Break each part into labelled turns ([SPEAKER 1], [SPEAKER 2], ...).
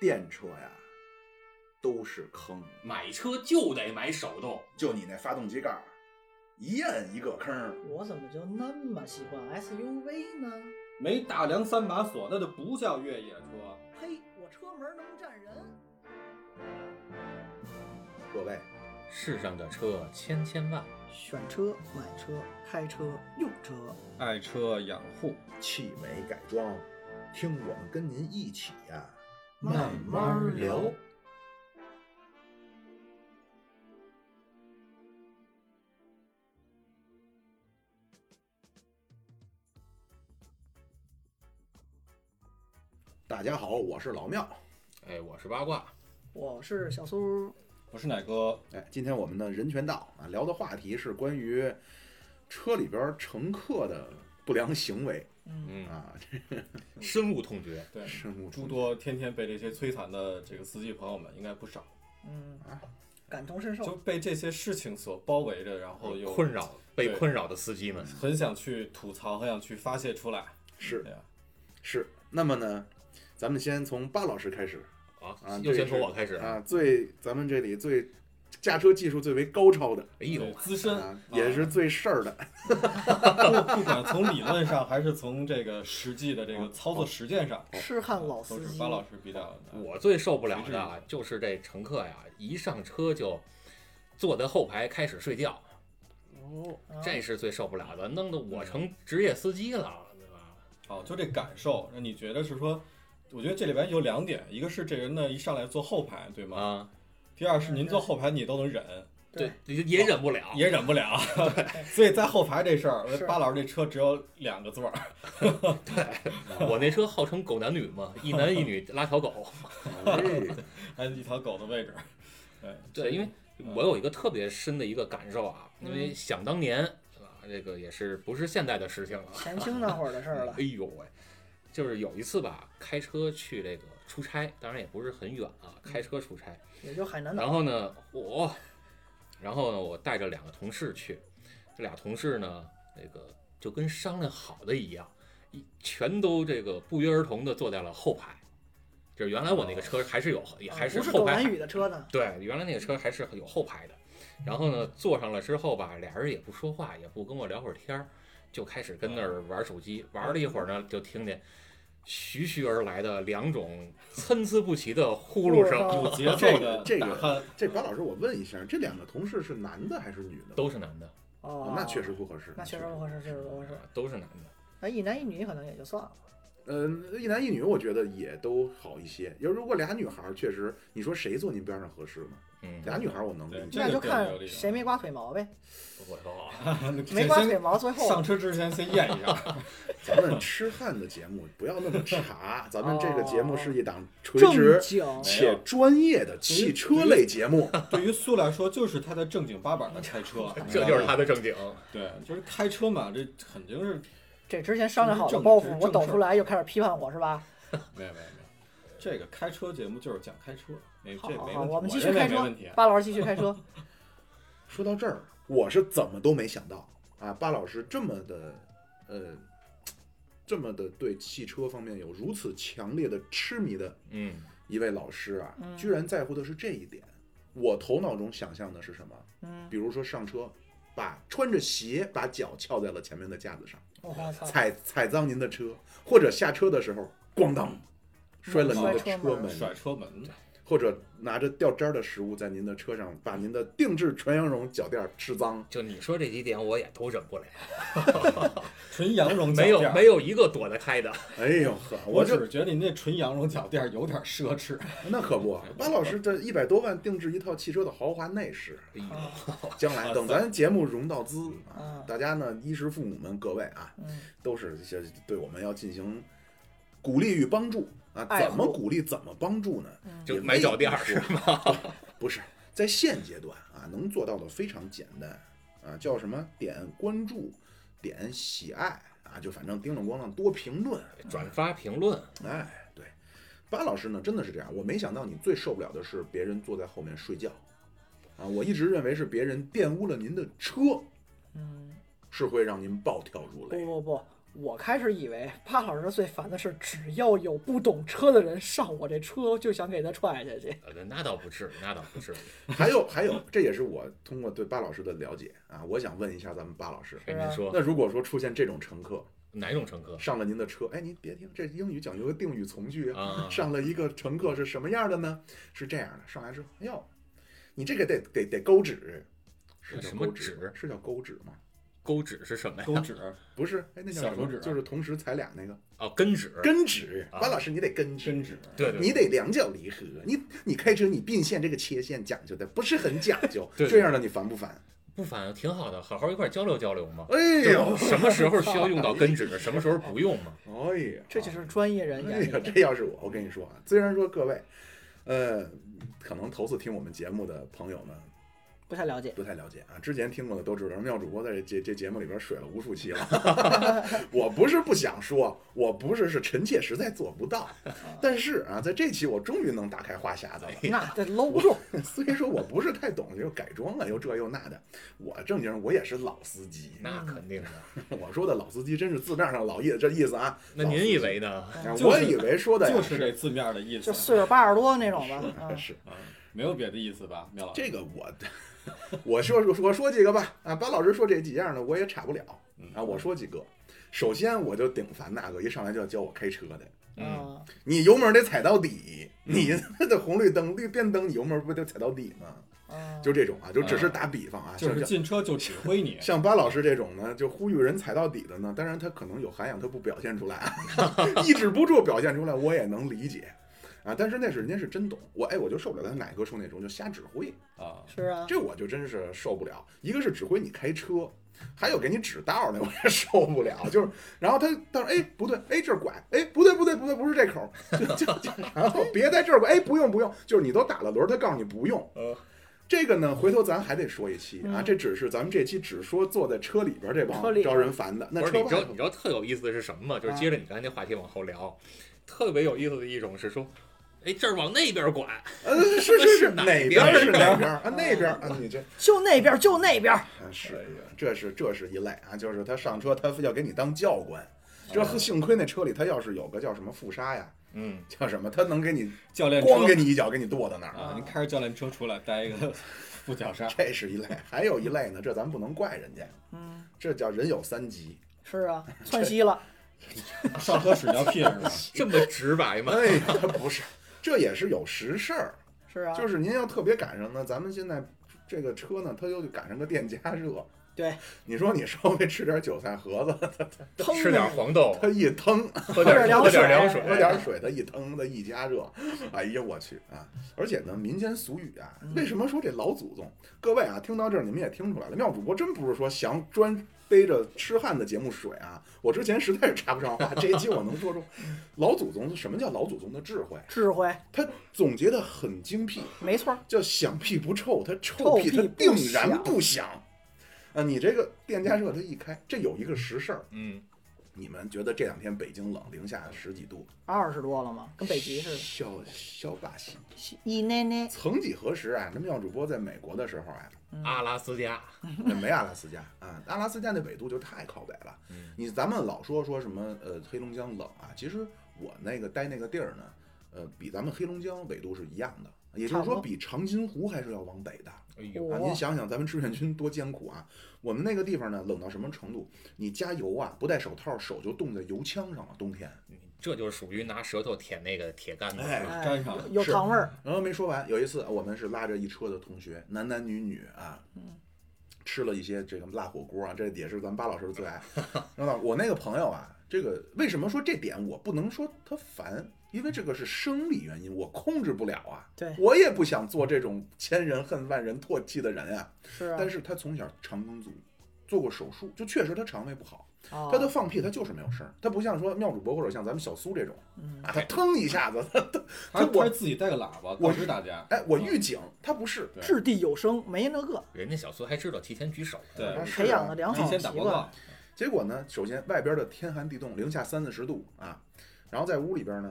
[SPEAKER 1] 电车呀，都是坑。
[SPEAKER 2] 买车就得买手动，
[SPEAKER 1] 就你那发动机盖儿，一摁一个坑儿。
[SPEAKER 3] 我怎么就那么喜欢 SUV 呢？
[SPEAKER 4] 没大梁三把锁，那就不叫越野车。
[SPEAKER 3] 呸！我车门能站人。
[SPEAKER 1] 各位，
[SPEAKER 5] 世上的车千千万，
[SPEAKER 6] 选车、买车、开车、用车，
[SPEAKER 4] 爱车养护，
[SPEAKER 1] 汽美改装，听我们跟您一起呀、
[SPEAKER 6] 慢慢聊。
[SPEAKER 1] 大家好，我是老庙。
[SPEAKER 5] 哎，我是八卦，
[SPEAKER 6] 我是小苏。
[SPEAKER 4] 我是奶哥。
[SPEAKER 1] 哎，今天我们的人权道啊，聊的话题是关于车里边儿乘客的不良行为
[SPEAKER 3] 嗯，
[SPEAKER 5] 嗯，
[SPEAKER 1] 啊，
[SPEAKER 5] 深恶痛绝。
[SPEAKER 4] 对，
[SPEAKER 1] 深恶
[SPEAKER 4] 诸
[SPEAKER 1] 痛
[SPEAKER 4] 多天天被这些摧残的这个司机朋友们应该不少，
[SPEAKER 3] 嗯
[SPEAKER 1] 啊，
[SPEAKER 3] 感同身
[SPEAKER 4] 就
[SPEAKER 3] 受。
[SPEAKER 4] 被这些事情所包围着，然后又
[SPEAKER 5] 嗯困，扰被
[SPEAKER 4] 对
[SPEAKER 5] 困扰的司机们，
[SPEAKER 4] 很想去吐槽，很想去发泄出来。
[SPEAKER 1] 是
[SPEAKER 5] 哎
[SPEAKER 4] 对呀，
[SPEAKER 1] 是。那么呢，咱们先从巴老师开始
[SPEAKER 5] 啊
[SPEAKER 1] 啊，，
[SPEAKER 5] 又
[SPEAKER 1] 这
[SPEAKER 5] 先从
[SPEAKER 1] 是
[SPEAKER 5] 我开始。
[SPEAKER 1] 啊，最咱们这里最驾车技术最为高超的
[SPEAKER 5] 哎呦
[SPEAKER 4] 对，资深
[SPEAKER 1] 啊，也是最事儿的，
[SPEAKER 4] 不不管从理论上还是从这个实际的这个操作实践上，啊
[SPEAKER 6] 痴汉老
[SPEAKER 4] 都
[SPEAKER 6] 司
[SPEAKER 4] 是
[SPEAKER 6] 机，
[SPEAKER 4] 巴老师比较
[SPEAKER 5] 我最受不了
[SPEAKER 4] 谁是
[SPEAKER 5] 的啊就是这乘客呀，一上车就坐在后排开始睡觉，
[SPEAKER 6] 哦，
[SPEAKER 3] 啊
[SPEAKER 5] 这是最受不了的，弄得我成职业司机了，对吧？
[SPEAKER 4] 哦，就这感受，那你觉得是说？我觉得这里边有两点，一个是这人呢一上来坐后排，对吗？
[SPEAKER 5] 啊，
[SPEAKER 4] 第二是您坐后排你都能忍，
[SPEAKER 5] 对
[SPEAKER 3] 对，
[SPEAKER 5] 也也忍不了，
[SPEAKER 4] 也忍 不了，所以在后排这事儿，
[SPEAKER 3] 是
[SPEAKER 4] 巴老师这车只有两个座儿，
[SPEAKER 5] 我那车号称狗男女嘛，一男一女拉条 狗。
[SPEAKER 1] 哎
[SPEAKER 4] 还有一条狗的 位置。对
[SPEAKER 5] 对，因为我有一个特别深的一个感受啊，
[SPEAKER 3] 嗯
[SPEAKER 5] 因为想当年啊，这个也是不是现在的事情了。
[SPEAKER 3] 前清那会儿的事儿了
[SPEAKER 5] 哎。呦喂，就是有一次吧，开车去这个出差，当然也不是很远啊，开
[SPEAKER 3] 嗯
[SPEAKER 5] 车出差。
[SPEAKER 3] 也就海南岛。
[SPEAKER 5] 然后呢，我，然后呢，我带着两个同事去，这俩同事呢，那个就跟商量好的一样，一全都这个不约而同的坐在了后排。就是原来我那个车还是有，也还
[SPEAKER 3] 啊不是
[SPEAKER 5] 后
[SPEAKER 3] 狗
[SPEAKER 5] 排
[SPEAKER 3] 蓝雨的车呢，
[SPEAKER 5] 对，原来那个车还是有后排的。然后呢，坐上了之后吧，俩人也不说话，也不跟我聊会儿天儿，就开始跟那儿玩手机。玩了一会儿呢，就听见徐徐而来的两种参差不齐的呼噜声，
[SPEAKER 4] 有节
[SPEAKER 1] 这
[SPEAKER 4] 奏
[SPEAKER 1] 个
[SPEAKER 4] 的
[SPEAKER 1] 这个
[SPEAKER 4] 打鼾，
[SPEAKER 1] 这巴老师，我问一下，这两个同事是男的还是女的？
[SPEAKER 5] 都是男的，
[SPEAKER 3] 哦
[SPEAKER 1] 哦，，那确实，不合适，
[SPEAKER 3] 那确实不合适，确实不合适。
[SPEAKER 5] 都是男的。
[SPEAKER 3] 哎，一男一女可能也就算了，
[SPEAKER 1] 呃，一男一女，我觉得也都好一些。要如果俩女孩儿，确实，你说谁坐您边上合适吗？
[SPEAKER 5] 嗯，
[SPEAKER 1] 俩女孩儿我能理
[SPEAKER 4] 对
[SPEAKER 1] 解。
[SPEAKER 4] 这
[SPEAKER 3] 那
[SPEAKER 4] 个
[SPEAKER 3] 就
[SPEAKER 4] 更有
[SPEAKER 3] 看
[SPEAKER 4] 理
[SPEAKER 3] 谁没刮腿毛呗，
[SPEAKER 5] 我操，
[SPEAKER 3] 没刮腿毛最后
[SPEAKER 4] 上车之前先验一下，
[SPEAKER 1] 咱们痴汉的节目不要那么茶，咱们这个节目是一档垂
[SPEAKER 3] 正
[SPEAKER 1] 直
[SPEAKER 3] 经。
[SPEAKER 1] 且专业的汽车类节目。
[SPEAKER 4] 对于苏来说，就是他在正经八百的开车，
[SPEAKER 5] 这就是他的正经。
[SPEAKER 4] 对，就是开车嘛，这肯定是
[SPEAKER 3] 这之前商量好的包
[SPEAKER 4] 这是
[SPEAKER 3] 袱，
[SPEAKER 4] 正
[SPEAKER 3] 我抖出来又开始批判我是吧？
[SPEAKER 4] 没有没有没有，这个开车节目就是讲开车，没
[SPEAKER 3] 好
[SPEAKER 4] 这
[SPEAKER 3] 好
[SPEAKER 4] 没
[SPEAKER 3] 好，
[SPEAKER 4] 问题，
[SPEAKER 3] 我们继续
[SPEAKER 4] 认为
[SPEAKER 3] 开
[SPEAKER 4] 没
[SPEAKER 3] 车
[SPEAKER 4] 问题。。啊
[SPEAKER 3] 巴老师继续开车，
[SPEAKER 1] 说到这儿，我是怎么都没想到啊，巴老师这么的，呃，这么的对汽车方面有如此强烈的痴迷的
[SPEAKER 5] 嗯，
[SPEAKER 1] 一位老师啊，
[SPEAKER 3] 嗯
[SPEAKER 1] 居然在乎的是这一点。我头脑中想象的是什么？
[SPEAKER 3] 嗯，
[SPEAKER 1] 比如说上车，把穿着鞋把脚翘在了前面的架子上，
[SPEAKER 3] 我 操，
[SPEAKER 1] 踩踩脏您的车，或者下车的时候咣当摔了您的
[SPEAKER 3] 摔
[SPEAKER 1] 车
[SPEAKER 3] 车门
[SPEAKER 1] 门，
[SPEAKER 4] 甩车门，
[SPEAKER 1] 或者拿着掉渣儿的食物在您的车上把您的定制纯羊绒脚垫儿吃脏。
[SPEAKER 5] 就你说这几点，我也都忍不了，
[SPEAKER 4] 纯羊绒 脚
[SPEAKER 5] 没
[SPEAKER 4] 垫
[SPEAKER 5] 有
[SPEAKER 4] 儿
[SPEAKER 5] 没有一个躲得开的。
[SPEAKER 1] 哎呦呵，
[SPEAKER 4] 我只
[SPEAKER 1] 就是
[SPEAKER 4] 觉得你那纯羊绒脚垫儿有点奢 侈，
[SPEAKER 1] 那可不，巴老师这一百多万定制一套汽车的豪华内饰，
[SPEAKER 5] 哎呦
[SPEAKER 3] 啊
[SPEAKER 1] 将来等咱节目融到资
[SPEAKER 3] 啊
[SPEAKER 1] 大家呢衣食父母们各位啊，
[SPEAKER 3] 嗯，
[SPEAKER 1] 都是这些对我们要进行鼓励与帮助啊，
[SPEAKER 3] 爱
[SPEAKER 1] 怎
[SPEAKER 3] 护
[SPEAKER 1] 么鼓励怎么帮助呢？
[SPEAKER 3] 嗯
[SPEAKER 5] 就买脚垫儿是吗？
[SPEAKER 1] 不是在现阶段啊，能做到的非常简单啊，叫什么点关注，点喜爱啊，就反正叮铃咣啷多评论，
[SPEAKER 5] 转发评论，
[SPEAKER 1] 哎，对，巴老师呢真的是这样，我没想到你最受不了的是别人坐在后面睡觉啊，我一直认为是别人玷污了您的车，
[SPEAKER 3] 嗯，
[SPEAKER 1] 是会让您暴跳如
[SPEAKER 3] 不
[SPEAKER 1] 雷。
[SPEAKER 3] 不不，我开始以为巴老师最烦的是，只要有不懂车的人上我这车，就想给他踹下去。
[SPEAKER 5] 呃那倒不至于，那倒不 至于。
[SPEAKER 1] 还有还有，这也是我通过对巴老师的了解啊，我想问一下咱们巴老师，
[SPEAKER 5] 跟您说，
[SPEAKER 1] 那如果说出现这种乘客
[SPEAKER 5] 哪种乘客
[SPEAKER 1] 上了您的车，哎，您别听这英语讲究个定语从句啊，
[SPEAKER 5] 啊？
[SPEAKER 1] 上了一个乘客是什么样的呢？是这样的，上来之后，哎呦，你这个得得得勾指，是叫
[SPEAKER 5] 什么
[SPEAKER 1] 勾指
[SPEAKER 5] 指
[SPEAKER 1] 吗？是叫勾指吗？
[SPEAKER 5] 钩指是什么呀？
[SPEAKER 4] 钩指
[SPEAKER 1] 不是，哎，那叫
[SPEAKER 4] 小
[SPEAKER 1] 什么
[SPEAKER 4] 手指啊
[SPEAKER 1] 就是同时踩俩那个
[SPEAKER 5] 哦，根指。
[SPEAKER 1] 跟指。
[SPEAKER 5] 啊
[SPEAKER 1] 关老师，你得跟指，
[SPEAKER 4] 伸指，
[SPEAKER 5] 对对，
[SPEAKER 1] 你得两脚离合。你你开车，你并线这个切线讲究的不是很讲究，
[SPEAKER 5] 对
[SPEAKER 1] 这样的你烦不烦？
[SPEAKER 5] 不反正挺好的，好好一块儿交流交流嘛。
[SPEAKER 1] 哎呦，
[SPEAKER 5] 什么时候需要用 到根指，什么时候不用嘛？
[SPEAKER 1] 哎呀，
[SPEAKER 3] 这就是专业人
[SPEAKER 1] 哎
[SPEAKER 3] 眼里
[SPEAKER 1] 呀，
[SPEAKER 3] 的。
[SPEAKER 1] 这要是我，我跟你说啊，虽然说各位，呃，可能头次听我们节目的朋友们
[SPEAKER 3] 不太了解。
[SPEAKER 1] 不太了解啊，之前听过的都知道，妙主播在这这这节目里边水了无数期了。 我不是不想说，我不是是臣妾实在做不到，但是啊，在这期我终于能打开话匣子了。
[SPEAKER 6] 哎
[SPEAKER 3] 那这搂不住，
[SPEAKER 1] 虽哎说我不是太懂，又改装了，又这又那的，我正经我也是老司机。
[SPEAKER 5] 那肯定的。
[SPEAKER 1] 我说的老司机真是字面上老意这意思啊。
[SPEAKER 5] 那您以为呢？
[SPEAKER 1] 老司机？啊
[SPEAKER 4] 就
[SPEAKER 1] 我
[SPEAKER 4] 是
[SPEAKER 1] 以为说的呀
[SPEAKER 4] 就是这字面的意思
[SPEAKER 3] 就，
[SPEAKER 4] 啊
[SPEAKER 3] 岁数八十多那种吧。啊
[SPEAKER 1] 是，是
[SPEAKER 4] 没有别的意思吧，苗老师？
[SPEAKER 1] 这个我， 我说我说几个吧啊，巴老师说这几样呢，我也差不了啊，我说几个。首先我就顶烦那个一上来就要教我开车的，
[SPEAKER 5] 嗯，
[SPEAKER 3] 啊，
[SPEAKER 1] 你油门得踩到底，你 的红绿灯绿变灯，你油门不得踩到底吗？
[SPEAKER 3] 啊
[SPEAKER 1] 就这种啊，就只是打比方啊，
[SPEAKER 4] 就是
[SPEAKER 1] 像
[SPEAKER 4] 进车就指挥你，
[SPEAKER 1] 像巴老师这种呢，就呼吁人踩到底的呢，当然他可能有涵养，他不表现出来啊， 抑制不住表现出来，我也能理解啊。但是那是人家是真懂，我哎我就受不了他奶哥说那种就瞎指挥，
[SPEAKER 4] 啊，
[SPEAKER 3] 是啊，
[SPEAKER 1] 这我就真是受不了。一个是指挥你开车，还有给你指道呢，我也 受不了。就是，然后他他说，哎，不对，哎，这儿拐，哎，不对，不对，不对，不是这口， 就就就然后别在这儿拐，哎，不用不用，就是你都打了轮儿，他告诉你不用。
[SPEAKER 5] 嗯
[SPEAKER 4] 呃
[SPEAKER 1] 这个呢，回头咱还得说一期啊，
[SPEAKER 3] 嗯
[SPEAKER 1] 这只是咱们这期只说坐在车里边这帮
[SPEAKER 3] 车里
[SPEAKER 1] 招人烦的。那
[SPEAKER 5] 不是，
[SPEAKER 1] 车啊
[SPEAKER 5] 你知道
[SPEAKER 1] 外
[SPEAKER 5] 你知道特有意思的是什么吗？就是接着你刚才那话题往后聊，特别有意思的一种是说，哎，这儿往那边拐，
[SPEAKER 1] 呃，是是 是，
[SPEAKER 5] 哪
[SPEAKER 1] 哪
[SPEAKER 5] 边
[SPEAKER 1] 边
[SPEAKER 5] 儿
[SPEAKER 1] 是哪边儿啊？那边儿啊，你这
[SPEAKER 3] 就那边，就那边。
[SPEAKER 1] 啊
[SPEAKER 4] 哎
[SPEAKER 1] 是，这是这是一类啊，就是他上车，他非要给你当教官。这幸亏那车里他要是有个叫什么副刹呀，
[SPEAKER 5] 嗯，
[SPEAKER 1] 叫什么，他能给你
[SPEAKER 4] 教练车
[SPEAKER 1] 光给你一脚给你跺到那儿。
[SPEAKER 4] 啊，您开着教练车出来，带 一个副脚刹，
[SPEAKER 1] 这是一类，还有一类呢，这咱不能怪人家，
[SPEAKER 3] 嗯，
[SPEAKER 1] 这叫人有三急。
[SPEAKER 3] 是啊，窜稀了。
[SPEAKER 4] 上车屎尿屁 是吧？
[SPEAKER 5] 这么直 白吗？
[SPEAKER 1] 哎呀，不是，这也是有实事儿，
[SPEAKER 3] 是啊，
[SPEAKER 1] 就是您要特别赶上呢，咱们现在这个车呢，它又赶上个电加热。
[SPEAKER 3] 对，
[SPEAKER 1] 你说你稍微吃点韭菜盒子，
[SPEAKER 3] 腾
[SPEAKER 5] 吃点 黄豆，
[SPEAKER 1] 它一腾，
[SPEAKER 5] 喝点
[SPEAKER 3] 凉
[SPEAKER 5] 喝点
[SPEAKER 3] 水
[SPEAKER 5] 凉
[SPEAKER 1] 喝点水，它一腾，它一加热，哎呀，我去啊！而且呢，民间俗语啊，
[SPEAKER 3] 嗯
[SPEAKER 1] 为什么说这老祖宗？各位啊，听到这儿你们也听出来了，妙主播真不是说想专背着痴汉的节目水啊。我之前实在是插不上话，这一期我能说出
[SPEAKER 3] 嗯
[SPEAKER 1] 老祖宗什么叫老祖宗的智慧？
[SPEAKER 3] 智慧，
[SPEAKER 1] 他总结的很精辟，
[SPEAKER 3] 没错儿。
[SPEAKER 1] 叫响屁不臭，它臭
[SPEAKER 3] 臭
[SPEAKER 1] 屁它
[SPEAKER 3] 屁
[SPEAKER 1] 定
[SPEAKER 3] 不
[SPEAKER 1] 然
[SPEAKER 3] 响
[SPEAKER 1] 不响。啊，你这个电加热它一开，这有一个实事儿，
[SPEAKER 5] 嗯，
[SPEAKER 1] 你们觉得这两天北京冷，零下十几度，
[SPEAKER 3] 二十多了嘛，跟北极似
[SPEAKER 1] 小小把戏。
[SPEAKER 3] 的。一奶奶，
[SPEAKER 1] 曾几何时啊，那妙主播在美国的时候啊，
[SPEAKER 5] 阿拉斯加，
[SPEAKER 1] 那没阿拉斯加啊，阿拉斯加那纬度就太靠北了。你咱们老说说什么呃黑龙江冷啊，其实我那个待那个地儿呢，呃，比咱们黑龙江纬度是一样的，也就
[SPEAKER 3] 差
[SPEAKER 1] 是
[SPEAKER 3] 不多
[SPEAKER 1] 说比长津湖还是要往北的。
[SPEAKER 5] 哎呦，
[SPEAKER 1] 啊，
[SPEAKER 3] 哇
[SPEAKER 1] 您想想，咱们志愿军多艰苦啊！我们那个地方呢，冷到什么程度？你加油啊，不戴手套，手就冻在油枪上了。冬天，
[SPEAKER 5] 这就属于拿舌头舔那个铁杆子，
[SPEAKER 1] 哎
[SPEAKER 5] 是吧
[SPEAKER 3] 哎
[SPEAKER 4] 粘上了
[SPEAKER 3] 有
[SPEAKER 1] 是
[SPEAKER 3] 糖味儿，
[SPEAKER 1] 然后没说完，有一次我们是拉着一车的同学，男男女女啊，
[SPEAKER 3] 嗯
[SPEAKER 1] 吃了一些这个辣火锅啊，这也是咱们巴老师的最爱。然后我那个朋友啊，这个为什么说这点我不能说他烦？因为这个是生理原因，我控制不了啊。
[SPEAKER 3] 对
[SPEAKER 1] 我也不想做这种千人恨万人唾弃的人啊。
[SPEAKER 3] 是啊
[SPEAKER 1] 但。是他从小肠梗阻，做过手术，就确实他肠胃不好。
[SPEAKER 3] 哦
[SPEAKER 1] 他的放屁他就是没有声儿，他不像说妙主播或者像咱们小苏这种，
[SPEAKER 3] 嗯
[SPEAKER 1] 啊，他腾一下子，
[SPEAKER 4] 还是
[SPEAKER 1] 我
[SPEAKER 4] 还是自己带个喇叭
[SPEAKER 1] 我
[SPEAKER 4] 告知大家。
[SPEAKER 1] 哎，我预警，他不是。
[SPEAKER 4] 对
[SPEAKER 3] 掷地有声，没那个，
[SPEAKER 5] 人家小苏还知道提前举手呢，
[SPEAKER 4] 对
[SPEAKER 1] 是
[SPEAKER 3] 培养的
[SPEAKER 1] 啊
[SPEAKER 3] 良好的
[SPEAKER 4] 提前
[SPEAKER 3] 习
[SPEAKER 4] 打报
[SPEAKER 3] 惯
[SPEAKER 4] 告。，
[SPEAKER 1] 结果呢，首先外边的天寒地冻，零下三四十度啊，然后在屋里边呢，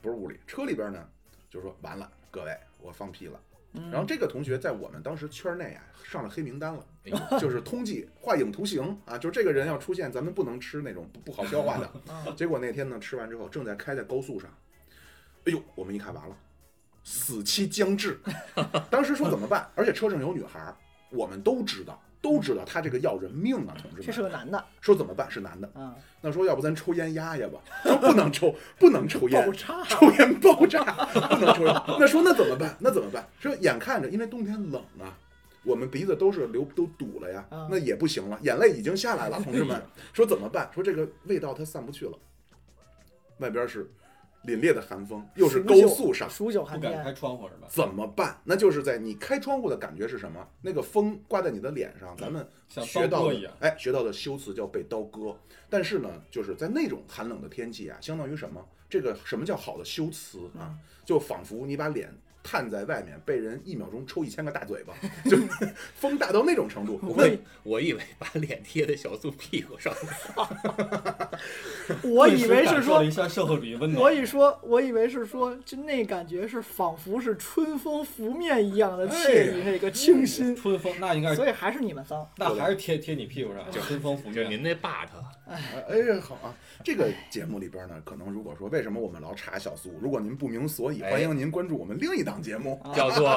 [SPEAKER 1] 不是屋里，车里边呢，就说完了，各位，我放屁了，
[SPEAKER 6] 嗯
[SPEAKER 1] 然后这个同学在我们当时圈内啊上了黑名单了，
[SPEAKER 5] 哎
[SPEAKER 1] 就是通缉、画影、图形啊，就这个人要出现，咱们不能吃那种不不好消化的。
[SPEAKER 6] 啊
[SPEAKER 1] 结果那天呢，吃完之后正在开在高速上，哎呦，我们一看完了，死期将至。当时说怎么办？而且车上有女孩儿，我们都知道，都知道他这个要人命啊，同志
[SPEAKER 6] 这是
[SPEAKER 1] 们。
[SPEAKER 6] 个男的
[SPEAKER 1] 说怎么办？是男的，
[SPEAKER 3] 嗯
[SPEAKER 6] 啊，
[SPEAKER 1] 那说要不咱抽烟压压吧？ 说不能抽，不能抽烟
[SPEAKER 3] 爆，炸，
[SPEAKER 1] 抽烟爆炸，不能抽烟。那说那怎么办？那怎么办？说眼看着，因为冬天冷啊，我们鼻子都是流都堵了呀
[SPEAKER 3] 啊，
[SPEAKER 1] 那也不行了，眼泪已经下来了，同志们。说怎么办？说这个味道它散不去了，外边是凛冽的寒风，又是高速上，
[SPEAKER 3] 数九寒
[SPEAKER 4] 不敢
[SPEAKER 3] 天
[SPEAKER 4] 开，窗户是吧？
[SPEAKER 1] 怎么办？那就是在你开窗户的感觉是什么？那个风刮在你的脸上，咱们
[SPEAKER 4] 像
[SPEAKER 1] 学
[SPEAKER 4] 刀
[SPEAKER 1] 到
[SPEAKER 4] 割
[SPEAKER 1] 的
[SPEAKER 4] 一样，
[SPEAKER 1] 哎，学到的修辞叫被刀割。但是呢，就是在那种寒冷的天气啊，相当于什么？这个什么叫好的修辞啊？
[SPEAKER 6] 嗯
[SPEAKER 1] 就仿佛你把脸探在外面，被人一秒钟抽一千个大嘴巴， 就风大到那种程度。
[SPEAKER 5] 我
[SPEAKER 1] 那
[SPEAKER 5] 以我以为把脸贴在小苏屁股上，
[SPEAKER 3] 我以为是
[SPEAKER 4] 顿时感受
[SPEAKER 3] 说
[SPEAKER 4] 了一下社会主义温暖。
[SPEAKER 3] 我以说，我以为是说，就那感觉是仿佛是春风拂面一样
[SPEAKER 1] 哎
[SPEAKER 3] 的惬意，那个清新。
[SPEAKER 4] 春风那应
[SPEAKER 1] 嗯
[SPEAKER 4] 该是，
[SPEAKER 3] 所以还是你们脏，
[SPEAKER 4] 那还是贴贴你屁股上，就春风拂
[SPEAKER 5] 就
[SPEAKER 4] 面。
[SPEAKER 5] 您那爸他
[SPEAKER 1] 哎呀，好啊！这个节目里边呢，可能如果说为什么我们老查小苏，如果您不明所以，
[SPEAKER 5] 哎
[SPEAKER 1] 欢迎您关注我们另一档节目。
[SPEAKER 5] 叫 做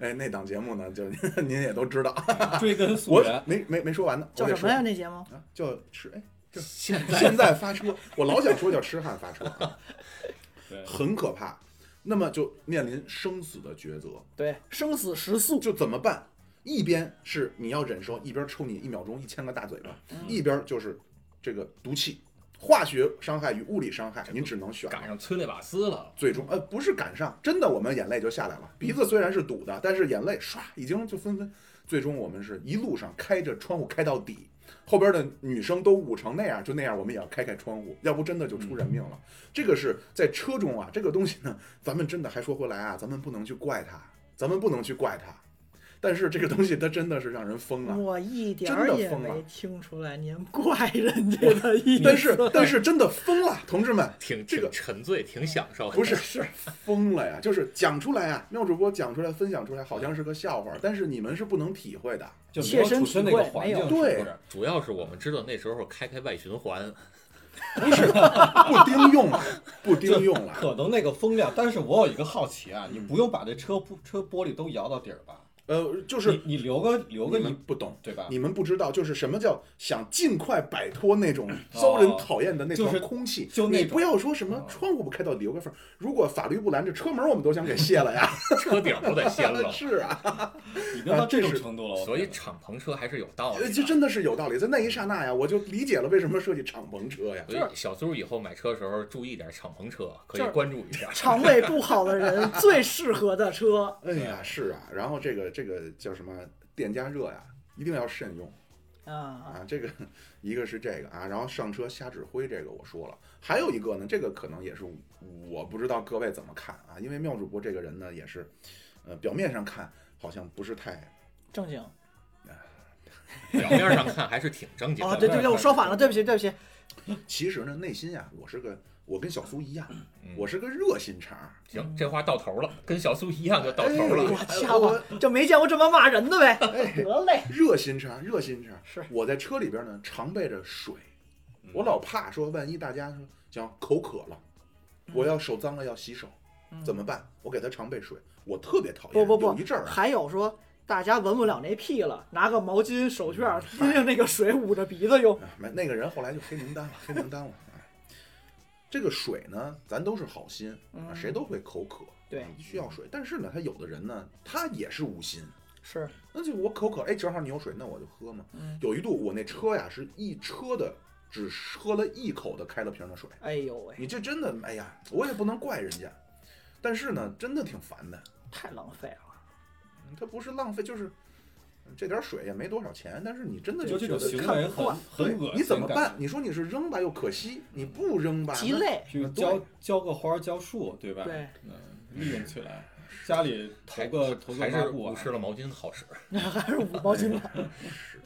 [SPEAKER 1] 哎，那档节目呢，就是 您也都知道，
[SPEAKER 4] 追根溯
[SPEAKER 1] 我
[SPEAKER 4] 源，
[SPEAKER 1] 没没没说完呢，
[SPEAKER 6] 叫
[SPEAKER 1] 我得
[SPEAKER 6] 什么
[SPEAKER 1] 说
[SPEAKER 6] 呀？那节目
[SPEAKER 1] 啊叫吃哎。
[SPEAKER 5] 现 在
[SPEAKER 1] 现在发车，我老想说叫痴汉发车啊，
[SPEAKER 4] 对，
[SPEAKER 1] 很可怕。那么就面临生死的抉择，
[SPEAKER 3] 对，生死时速，
[SPEAKER 1] 就怎么办？一边是你要忍受，一边抽你一秒钟一千个大嘴巴，一边就是这个毒气、化学伤害与物理伤害，您只能选。
[SPEAKER 5] 赶上催泪瓦斯了，
[SPEAKER 1] 最终，呃，不是赶上，真的，我们眼泪就下来了。鼻子虽然是堵的，但是眼泪唰已经就纷纷。最终，我们是一路上开着窗户开到底，后边的女生都捂成那样，就那样，我们也要开开窗户，要不真的就出人命了。这个是在车中啊，这个东西呢，咱们真的还说回来啊，咱们不能去怪它，咱们不能去怪它。但是这个东西它真的是让人疯啊！
[SPEAKER 6] 我一点儿
[SPEAKER 1] 真的
[SPEAKER 6] 也
[SPEAKER 1] 疯了
[SPEAKER 6] 没听出 来您怪人家的意思。
[SPEAKER 1] 但是但是真的疯了，同志们，
[SPEAKER 5] 挺
[SPEAKER 1] 这个
[SPEAKER 5] 挺沉醉，挺享受。
[SPEAKER 1] 不是，是疯了呀！就是讲出来啊，妙主播讲出来、分享出来，好像是个笑话，但是你们是不能体会的。
[SPEAKER 4] 就没有处身那个环
[SPEAKER 3] 切身体会没有
[SPEAKER 4] 境，是不是？
[SPEAKER 5] 主要是我们知道那时候开开外循环，
[SPEAKER 1] 不丁用了，不丁用啊了。
[SPEAKER 4] 可能那个风量，但是我有一个好奇啊，
[SPEAKER 3] 嗯
[SPEAKER 4] 你不用把这车不车玻璃都摇到底儿吧？
[SPEAKER 1] 呃，就是
[SPEAKER 4] 你你留个留
[SPEAKER 1] 你
[SPEAKER 4] 个一
[SPEAKER 1] 们，不懂，
[SPEAKER 4] 对吧？
[SPEAKER 1] 你们不知道，就是什么叫想尽快摆脱那种遭人讨厌的那
[SPEAKER 4] 哦就
[SPEAKER 1] 团
[SPEAKER 4] 是
[SPEAKER 1] 空气。
[SPEAKER 4] 就那
[SPEAKER 1] 你
[SPEAKER 4] 种
[SPEAKER 1] 不要说什么
[SPEAKER 4] 哦
[SPEAKER 1] 窗户不开到底留个缝儿，如果法律不拦着，车门我们都想给卸了 呀。
[SPEAKER 5] 车顶都在掀 了，
[SPEAKER 1] 是啊，
[SPEAKER 4] 已经
[SPEAKER 3] 呃
[SPEAKER 4] 到这种程度了，我
[SPEAKER 5] 所以
[SPEAKER 4] 觉得
[SPEAKER 5] 敞篷车还是有道理
[SPEAKER 1] 呃
[SPEAKER 5] 的。
[SPEAKER 1] 这真的是有道理。在那一刹那呀，我就理解了为什么设计敞篷车呀。
[SPEAKER 5] 所以小苏以后买车的时候注意点敞篷车，可
[SPEAKER 3] 就
[SPEAKER 5] 以
[SPEAKER 3] 是
[SPEAKER 5] 关注一下。
[SPEAKER 3] 肠胃不好的人最适合的车，
[SPEAKER 1] 哎呀，是啊，然后这个这个叫什么电加热呀，一定要慎用。
[SPEAKER 6] 啊，
[SPEAKER 1] 啊，这个一个是这个啊，然后上车瞎指挥这个我说了，还有一个呢，这个可能也是我不知道各位怎么看啊，因为妙主播这个人呢也是，呃，表面上看好像不是太
[SPEAKER 6] 正经
[SPEAKER 5] 表面上看还是挺正经
[SPEAKER 6] 哦，
[SPEAKER 5] 的。
[SPEAKER 6] 对对对，我说反了，对不起对不起，
[SPEAKER 1] 其实呢，内心呀、我是个，我跟小苏一样，
[SPEAKER 5] 嗯
[SPEAKER 1] 我是个热心肠儿，
[SPEAKER 5] 行，这话到头了，跟小苏一样就到头
[SPEAKER 1] 哎呦
[SPEAKER 5] 了。
[SPEAKER 6] 我吓我就没见过这么骂人的呗，得嘞，
[SPEAKER 1] 热心肠儿，热心肠儿。
[SPEAKER 6] 是
[SPEAKER 1] 我在车里边呢，常备着水，
[SPEAKER 4] 嗯
[SPEAKER 1] 我老怕说万一大家说想口渴了，
[SPEAKER 6] 嗯
[SPEAKER 1] 我要手脏了要洗手，怎么办？我给他常备水，我特别讨
[SPEAKER 6] 不
[SPEAKER 1] 厌，
[SPEAKER 6] 嗯不不
[SPEAKER 1] 有一阵儿啊，
[SPEAKER 6] 还有说大家闻不了那屁了，拿个毛巾手
[SPEAKER 1] 嗯
[SPEAKER 6] 绢拎着那个水捂着鼻子用，
[SPEAKER 1] 啊没那个人后来就黑名 单了，黑名单了。哎这个水呢，咱都是好心，啊，谁都会口渴，
[SPEAKER 6] 嗯
[SPEAKER 1] 啊
[SPEAKER 6] 对，
[SPEAKER 1] 需要水。但是呢，他有的人呢，他也是无心，
[SPEAKER 6] 是
[SPEAKER 1] 那就我口渴，哎，正好你有水，那我就喝嘛。
[SPEAKER 6] 嗯
[SPEAKER 1] 有一度我那车呀，是一车的，只喝了一口的开了瓶的水。
[SPEAKER 6] 哎呦喂，
[SPEAKER 1] 你这真的，哎呀，我也不能怪人家，但是呢，真的挺烦的。
[SPEAKER 6] 太浪费了，
[SPEAKER 1] 他不是浪费，就是这点水也没多少钱，但是你真的
[SPEAKER 4] 就
[SPEAKER 1] 觉
[SPEAKER 4] 这种
[SPEAKER 1] 得
[SPEAKER 4] 行
[SPEAKER 1] 看
[SPEAKER 4] 为
[SPEAKER 1] 不惯
[SPEAKER 4] 很很恶
[SPEAKER 1] 对，
[SPEAKER 4] 心，
[SPEAKER 1] 你怎么
[SPEAKER 4] 感觉
[SPEAKER 1] 办？？你说你是扔吧，又可惜；你不扔吧，
[SPEAKER 6] 鸡
[SPEAKER 1] 那
[SPEAKER 6] 肋，
[SPEAKER 4] 就
[SPEAKER 1] 对
[SPEAKER 4] 浇浇个花儿浇树，对吧？
[SPEAKER 6] 对，
[SPEAKER 4] 嗯，利用起来，家里投
[SPEAKER 5] 还
[SPEAKER 4] 个投个
[SPEAKER 5] 还
[SPEAKER 4] 抹
[SPEAKER 5] 是
[SPEAKER 4] 布
[SPEAKER 5] 不
[SPEAKER 4] 啊，
[SPEAKER 5] 湿了毛巾好使。
[SPEAKER 6] 还是捂毛巾吧。
[SPEAKER 1] 是。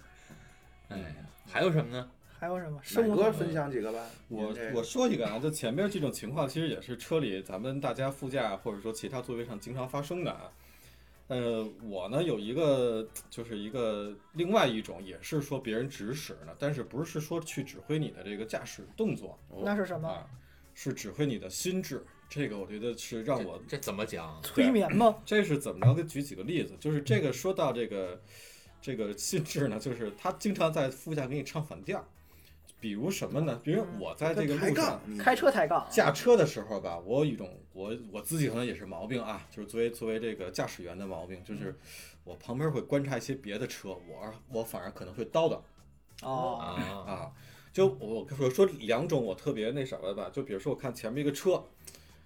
[SPEAKER 5] 哎
[SPEAKER 4] 嗯
[SPEAKER 5] 呀，还有什么呢？
[SPEAKER 6] 还有什么
[SPEAKER 1] 奶
[SPEAKER 6] 生
[SPEAKER 1] 哥
[SPEAKER 6] 活？
[SPEAKER 1] 分享几个吧。
[SPEAKER 4] 我
[SPEAKER 1] 您这
[SPEAKER 4] 我说一个啊，就前面这种情况，其实也是车里咱们大家副驾或者说其他座位上经常发生的啊。呃，我呢有一个就是一个另外一种，也是说别人指使呢，但是不是说去指挥你的这个驾驶动作
[SPEAKER 3] 那是什么？
[SPEAKER 4] 啊，是指挥你的心智。这个我觉得是让我
[SPEAKER 5] 这这怎么讲？
[SPEAKER 3] 催眠吗？
[SPEAKER 4] 这是怎么着？给举几个例子，就是这个说到这个这个心智呢，就是他经常在副驾给你唱反调，比如什么呢？比如我在这个
[SPEAKER 1] 嗯抬
[SPEAKER 4] 路上
[SPEAKER 1] 杠，你
[SPEAKER 3] 开车抬杠，
[SPEAKER 6] 啊
[SPEAKER 4] 驾车的时候吧，我有一种我我自己可能也是毛病啊，就是作为作为这个驾驶员的毛病，
[SPEAKER 1] 嗯
[SPEAKER 4] 就是我旁边会观察一些别的车，我啊我反而可能会叨叨
[SPEAKER 3] 哦，
[SPEAKER 5] 啊，
[SPEAKER 4] 啊。就我我说两种我特别那什么吧，就比如说我看前面一个车，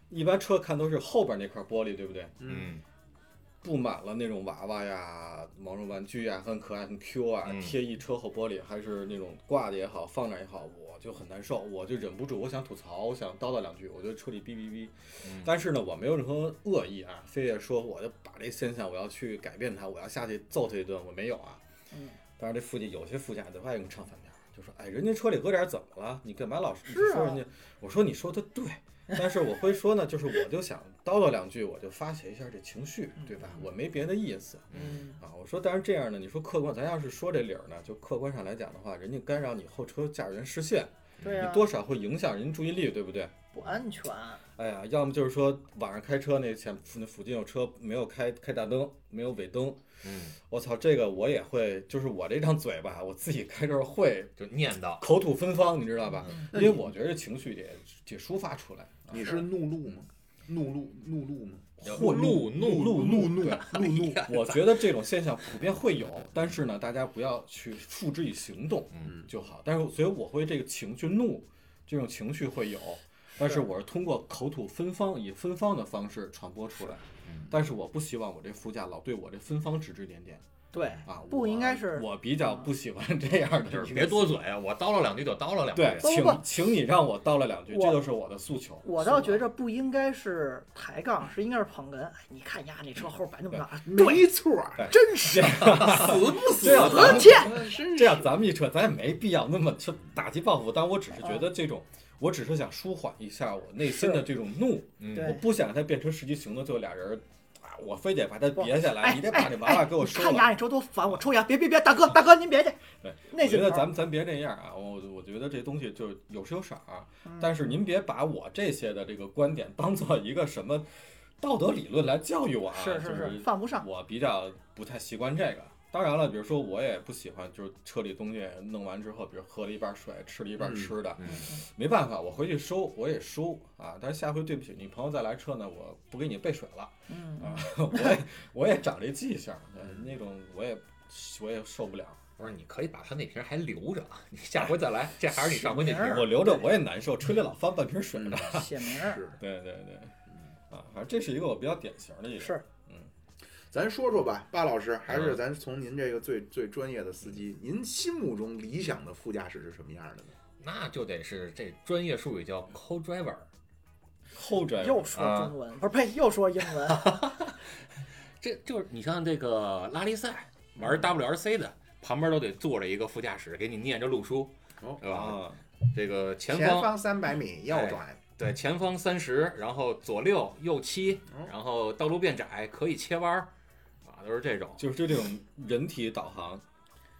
[SPEAKER 4] 一般车看都是后边那块玻璃，对不对？
[SPEAKER 5] 嗯，
[SPEAKER 4] 布满了那种娃娃呀、毛绒玩具呀，很可爱、很 Q 啊，
[SPEAKER 5] 嗯
[SPEAKER 4] 贴一车后玻璃，还是那种挂的也好，放着也好，我就很难受，我就忍不住，我想吐槽，我想叨叨两句，我就车里哔哔哔。
[SPEAKER 5] 嗯
[SPEAKER 4] 但是呢，我没有任何恶意啊，非得说我要把这现象我要去改变它，我要下去揍他一顿，我没有啊。
[SPEAKER 3] 嗯。
[SPEAKER 4] 但是这副驾有些副驾就爱给我唱反调，就说：“哎，人家车里搁点儿怎么了？你干嘛老是
[SPEAKER 3] 是啊
[SPEAKER 4] 说人家？”我说：“你说的 对。”但是我会说呢，就是我就想叨叨两句，我就发泄一下这情绪，对吧？我没别的意思
[SPEAKER 3] 嗯，
[SPEAKER 4] 啊。我说，但是这样呢，你说客观，咱要是说这理儿呢，就客观上来讲的话，人家干扰你后车驾驶员视线，
[SPEAKER 3] 对
[SPEAKER 4] 你
[SPEAKER 3] 呀，
[SPEAKER 4] 多少会影响人家注意力，对不对？
[SPEAKER 6] 啊不安全。
[SPEAKER 4] 哎呀，要么就是说晚上开车那前附那附近有车没有开开大灯，没有尾灯，
[SPEAKER 5] 嗯，
[SPEAKER 4] 我操，这个我也会，就是我这张嘴吧，我自己开车会
[SPEAKER 5] 就念叨，
[SPEAKER 4] 口吐芬芳，你知道吧？
[SPEAKER 6] 嗯
[SPEAKER 1] 那
[SPEAKER 5] 嗯
[SPEAKER 4] 因为
[SPEAKER 1] 你
[SPEAKER 4] 我觉得情绪得得抒发出来。啊
[SPEAKER 1] 你是怒路吗？怒路怒路吗？
[SPEAKER 5] 或怒嗯怒
[SPEAKER 1] 路怒
[SPEAKER 4] 哎
[SPEAKER 1] 怒怒怒，
[SPEAKER 4] 我觉得这种现象普遍会有，但是呢，大家不要去付之以行动
[SPEAKER 5] 嗯
[SPEAKER 4] 就好。但是，所以我会这个情绪怒，这种情绪会有，但是我是通过口吐芬芳，以芬芳的方式传播出来。
[SPEAKER 5] 嗯
[SPEAKER 4] 但是我不希望我这副驾老对我这芬芳指指点点
[SPEAKER 6] 对，
[SPEAKER 4] 啊，
[SPEAKER 6] 不
[SPEAKER 4] 我
[SPEAKER 6] 应该是
[SPEAKER 4] 我比较不喜欢这样的一个，
[SPEAKER 5] 就是别多嘴，啊我叨唠两句就叨唠两句。
[SPEAKER 4] 对，
[SPEAKER 6] 不不不
[SPEAKER 4] 请请你让我叨了两句，
[SPEAKER 6] 我
[SPEAKER 4] 这就是我的诉求。
[SPEAKER 6] 我倒觉着不应该是抬杠，是应该是捧哏。哎，你看呀，那车后边那么大，
[SPEAKER 1] 没错儿，
[SPEAKER 4] 对
[SPEAKER 1] 真是
[SPEAKER 2] 死不死
[SPEAKER 4] 这样咱
[SPEAKER 6] 得
[SPEAKER 4] 们
[SPEAKER 6] 见。
[SPEAKER 4] 这样咱们一扯，咱也没必要那么去打击报复，但我只是
[SPEAKER 6] 嗯
[SPEAKER 4] 觉得这种，我只是想舒缓一下我内心的这种怒，
[SPEAKER 5] 嗯
[SPEAKER 6] 对
[SPEAKER 4] 我不想让它变成实际行动，就俩人啊，我非得把它别下来，
[SPEAKER 6] 哎
[SPEAKER 4] 你得把这娃娃给我
[SPEAKER 6] 哎
[SPEAKER 4] 收
[SPEAKER 6] 哎你看
[SPEAKER 4] 了。
[SPEAKER 6] 呀，你车多烦，我抽烟，别别别，大哥大哥您别去。
[SPEAKER 4] 对，
[SPEAKER 6] 那
[SPEAKER 4] 我觉
[SPEAKER 6] 劲头
[SPEAKER 4] 得
[SPEAKER 6] 儿
[SPEAKER 4] 咱们咱别这样啊，我我觉得这东西就是有是有色儿，
[SPEAKER 6] 嗯
[SPEAKER 4] 但是您别把我这些的这个观点当做一个什么道德理论来教育我啊，
[SPEAKER 6] 是
[SPEAKER 4] 就是
[SPEAKER 6] 是，犯不上。
[SPEAKER 4] 我比较不太习惯这个。当然了，比如说我也不喜欢，就是车里东西弄完之后，比如喝了一半水，吃了一半
[SPEAKER 1] 嗯
[SPEAKER 4] 吃的，
[SPEAKER 5] 嗯
[SPEAKER 4] 没办法，我回去收我也收啊。但是下回对不起，你朋友再来车呢，我不给你备水了
[SPEAKER 6] 嗯，
[SPEAKER 4] 啊。 我也我也长这记性，对那种我也我也受不了。
[SPEAKER 5] 我说你可以把他那瓶还留着，啊你下回再来，这还是你上回那
[SPEAKER 6] 是
[SPEAKER 5] 瓶。
[SPEAKER 4] 我留着我也难受，吹了老翻半瓶水呢。
[SPEAKER 6] 写名儿
[SPEAKER 1] 是。
[SPEAKER 4] 对对对，啊，反正这是一个我比较典型的一个。
[SPEAKER 6] 嗯是
[SPEAKER 1] 咱说说吧，巴老师，还是
[SPEAKER 5] 嗯
[SPEAKER 1] 咱从您这个最最专业的司机，您心目中理想的副驾驶是什么样的呢？
[SPEAKER 5] 那就得是这专业术语叫 co driver，
[SPEAKER 4] 后拽
[SPEAKER 6] 又说
[SPEAKER 4] 啊
[SPEAKER 6] 中文，不是呸，又说英文。
[SPEAKER 5] 这就是你像这个拉力赛玩 WRC 的，旁边都得坐着一个副驾驶给你念着路书，
[SPEAKER 1] 哦
[SPEAKER 5] 对吧？
[SPEAKER 4] 啊，
[SPEAKER 5] 这个前
[SPEAKER 1] 前
[SPEAKER 5] 方哎
[SPEAKER 1] 方三百米右转，
[SPEAKER 5] 对前方三十，然后左六右七
[SPEAKER 1] 哦，
[SPEAKER 5] 然后道路变窄可以切弯儿，啊，都是这种。
[SPEAKER 4] 就是这种人体导航。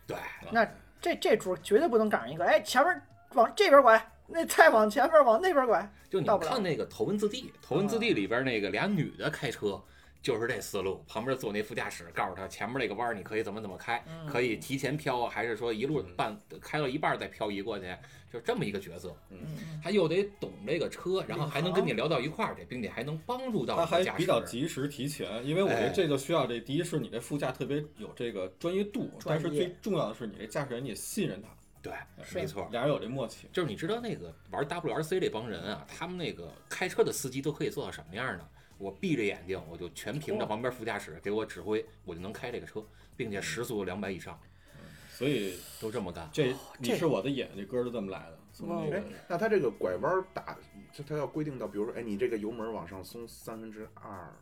[SPEAKER 5] 对，
[SPEAKER 6] 那这这主绝对不能赶上一个，哎，前面往这边拐，那再往前面往那边拐，
[SPEAKER 5] 就你
[SPEAKER 6] 到不了
[SPEAKER 5] 看那个《头文字 D》，《头文字 D》里边那个俩女的开车。就是这思路，旁边坐那副驾驶，告诉他前面那个弯儿你可以怎么怎么开，
[SPEAKER 6] 嗯
[SPEAKER 5] 可
[SPEAKER 4] 嗯
[SPEAKER 5] 以提前飘啊，还是说一路半开到一半儿再漂移过去，就是这么一个角色。
[SPEAKER 6] 嗯，
[SPEAKER 5] 他又得懂这个车，然后还能跟
[SPEAKER 6] 领航
[SPEAKER 5] 你聊到一块儿去，并且还能帮助到
[SPEAKER 4] 它
[SPEAKER 5] 你的驾
[SPEAKER 4] 啊还
[SPEAKER 5] 驶。
[SPEAKER 4] 比较及时提前，因为我觉
[SPEAKER 5] 哎
[SPEAKER 4] 得这就需要这第一是你这副驾特别有这个专业度，但是
[SPEAKER 6] 专业
[SPEAKER 4] 最重要的是你这驾驶员你也信任他，
[SPEAKER 5] 对，
[SPEAKER 6] 是
[SPEAKER 5] 没错。
[SPEAKER 4] 俩人有这默契。
[SPEAKER 5] 就是你知道那个玩 WRC 这帮人啊，他们那个开车的司机都可以做到什么样呢？我闭着眼睛，我就全凭着旁边副驾驶给我指挥，我就能开这个车，并且时速两百以上，
[SPEAKER 4] 所以
[SPEAKER 5] 都这么干。
[SPEAKER 4] 这你
[SPEAKER 6] 哦这
[SPEAKER 4] 是我的眼，这歌就这么来的。从
[SPEAKER 6] 哇
[SPEAKER 4] 那个
[SPEAKER 1] 哎，那他这个拐弯儿打，就他要规定到，比如说，哎，你这个油门往上松三分之二，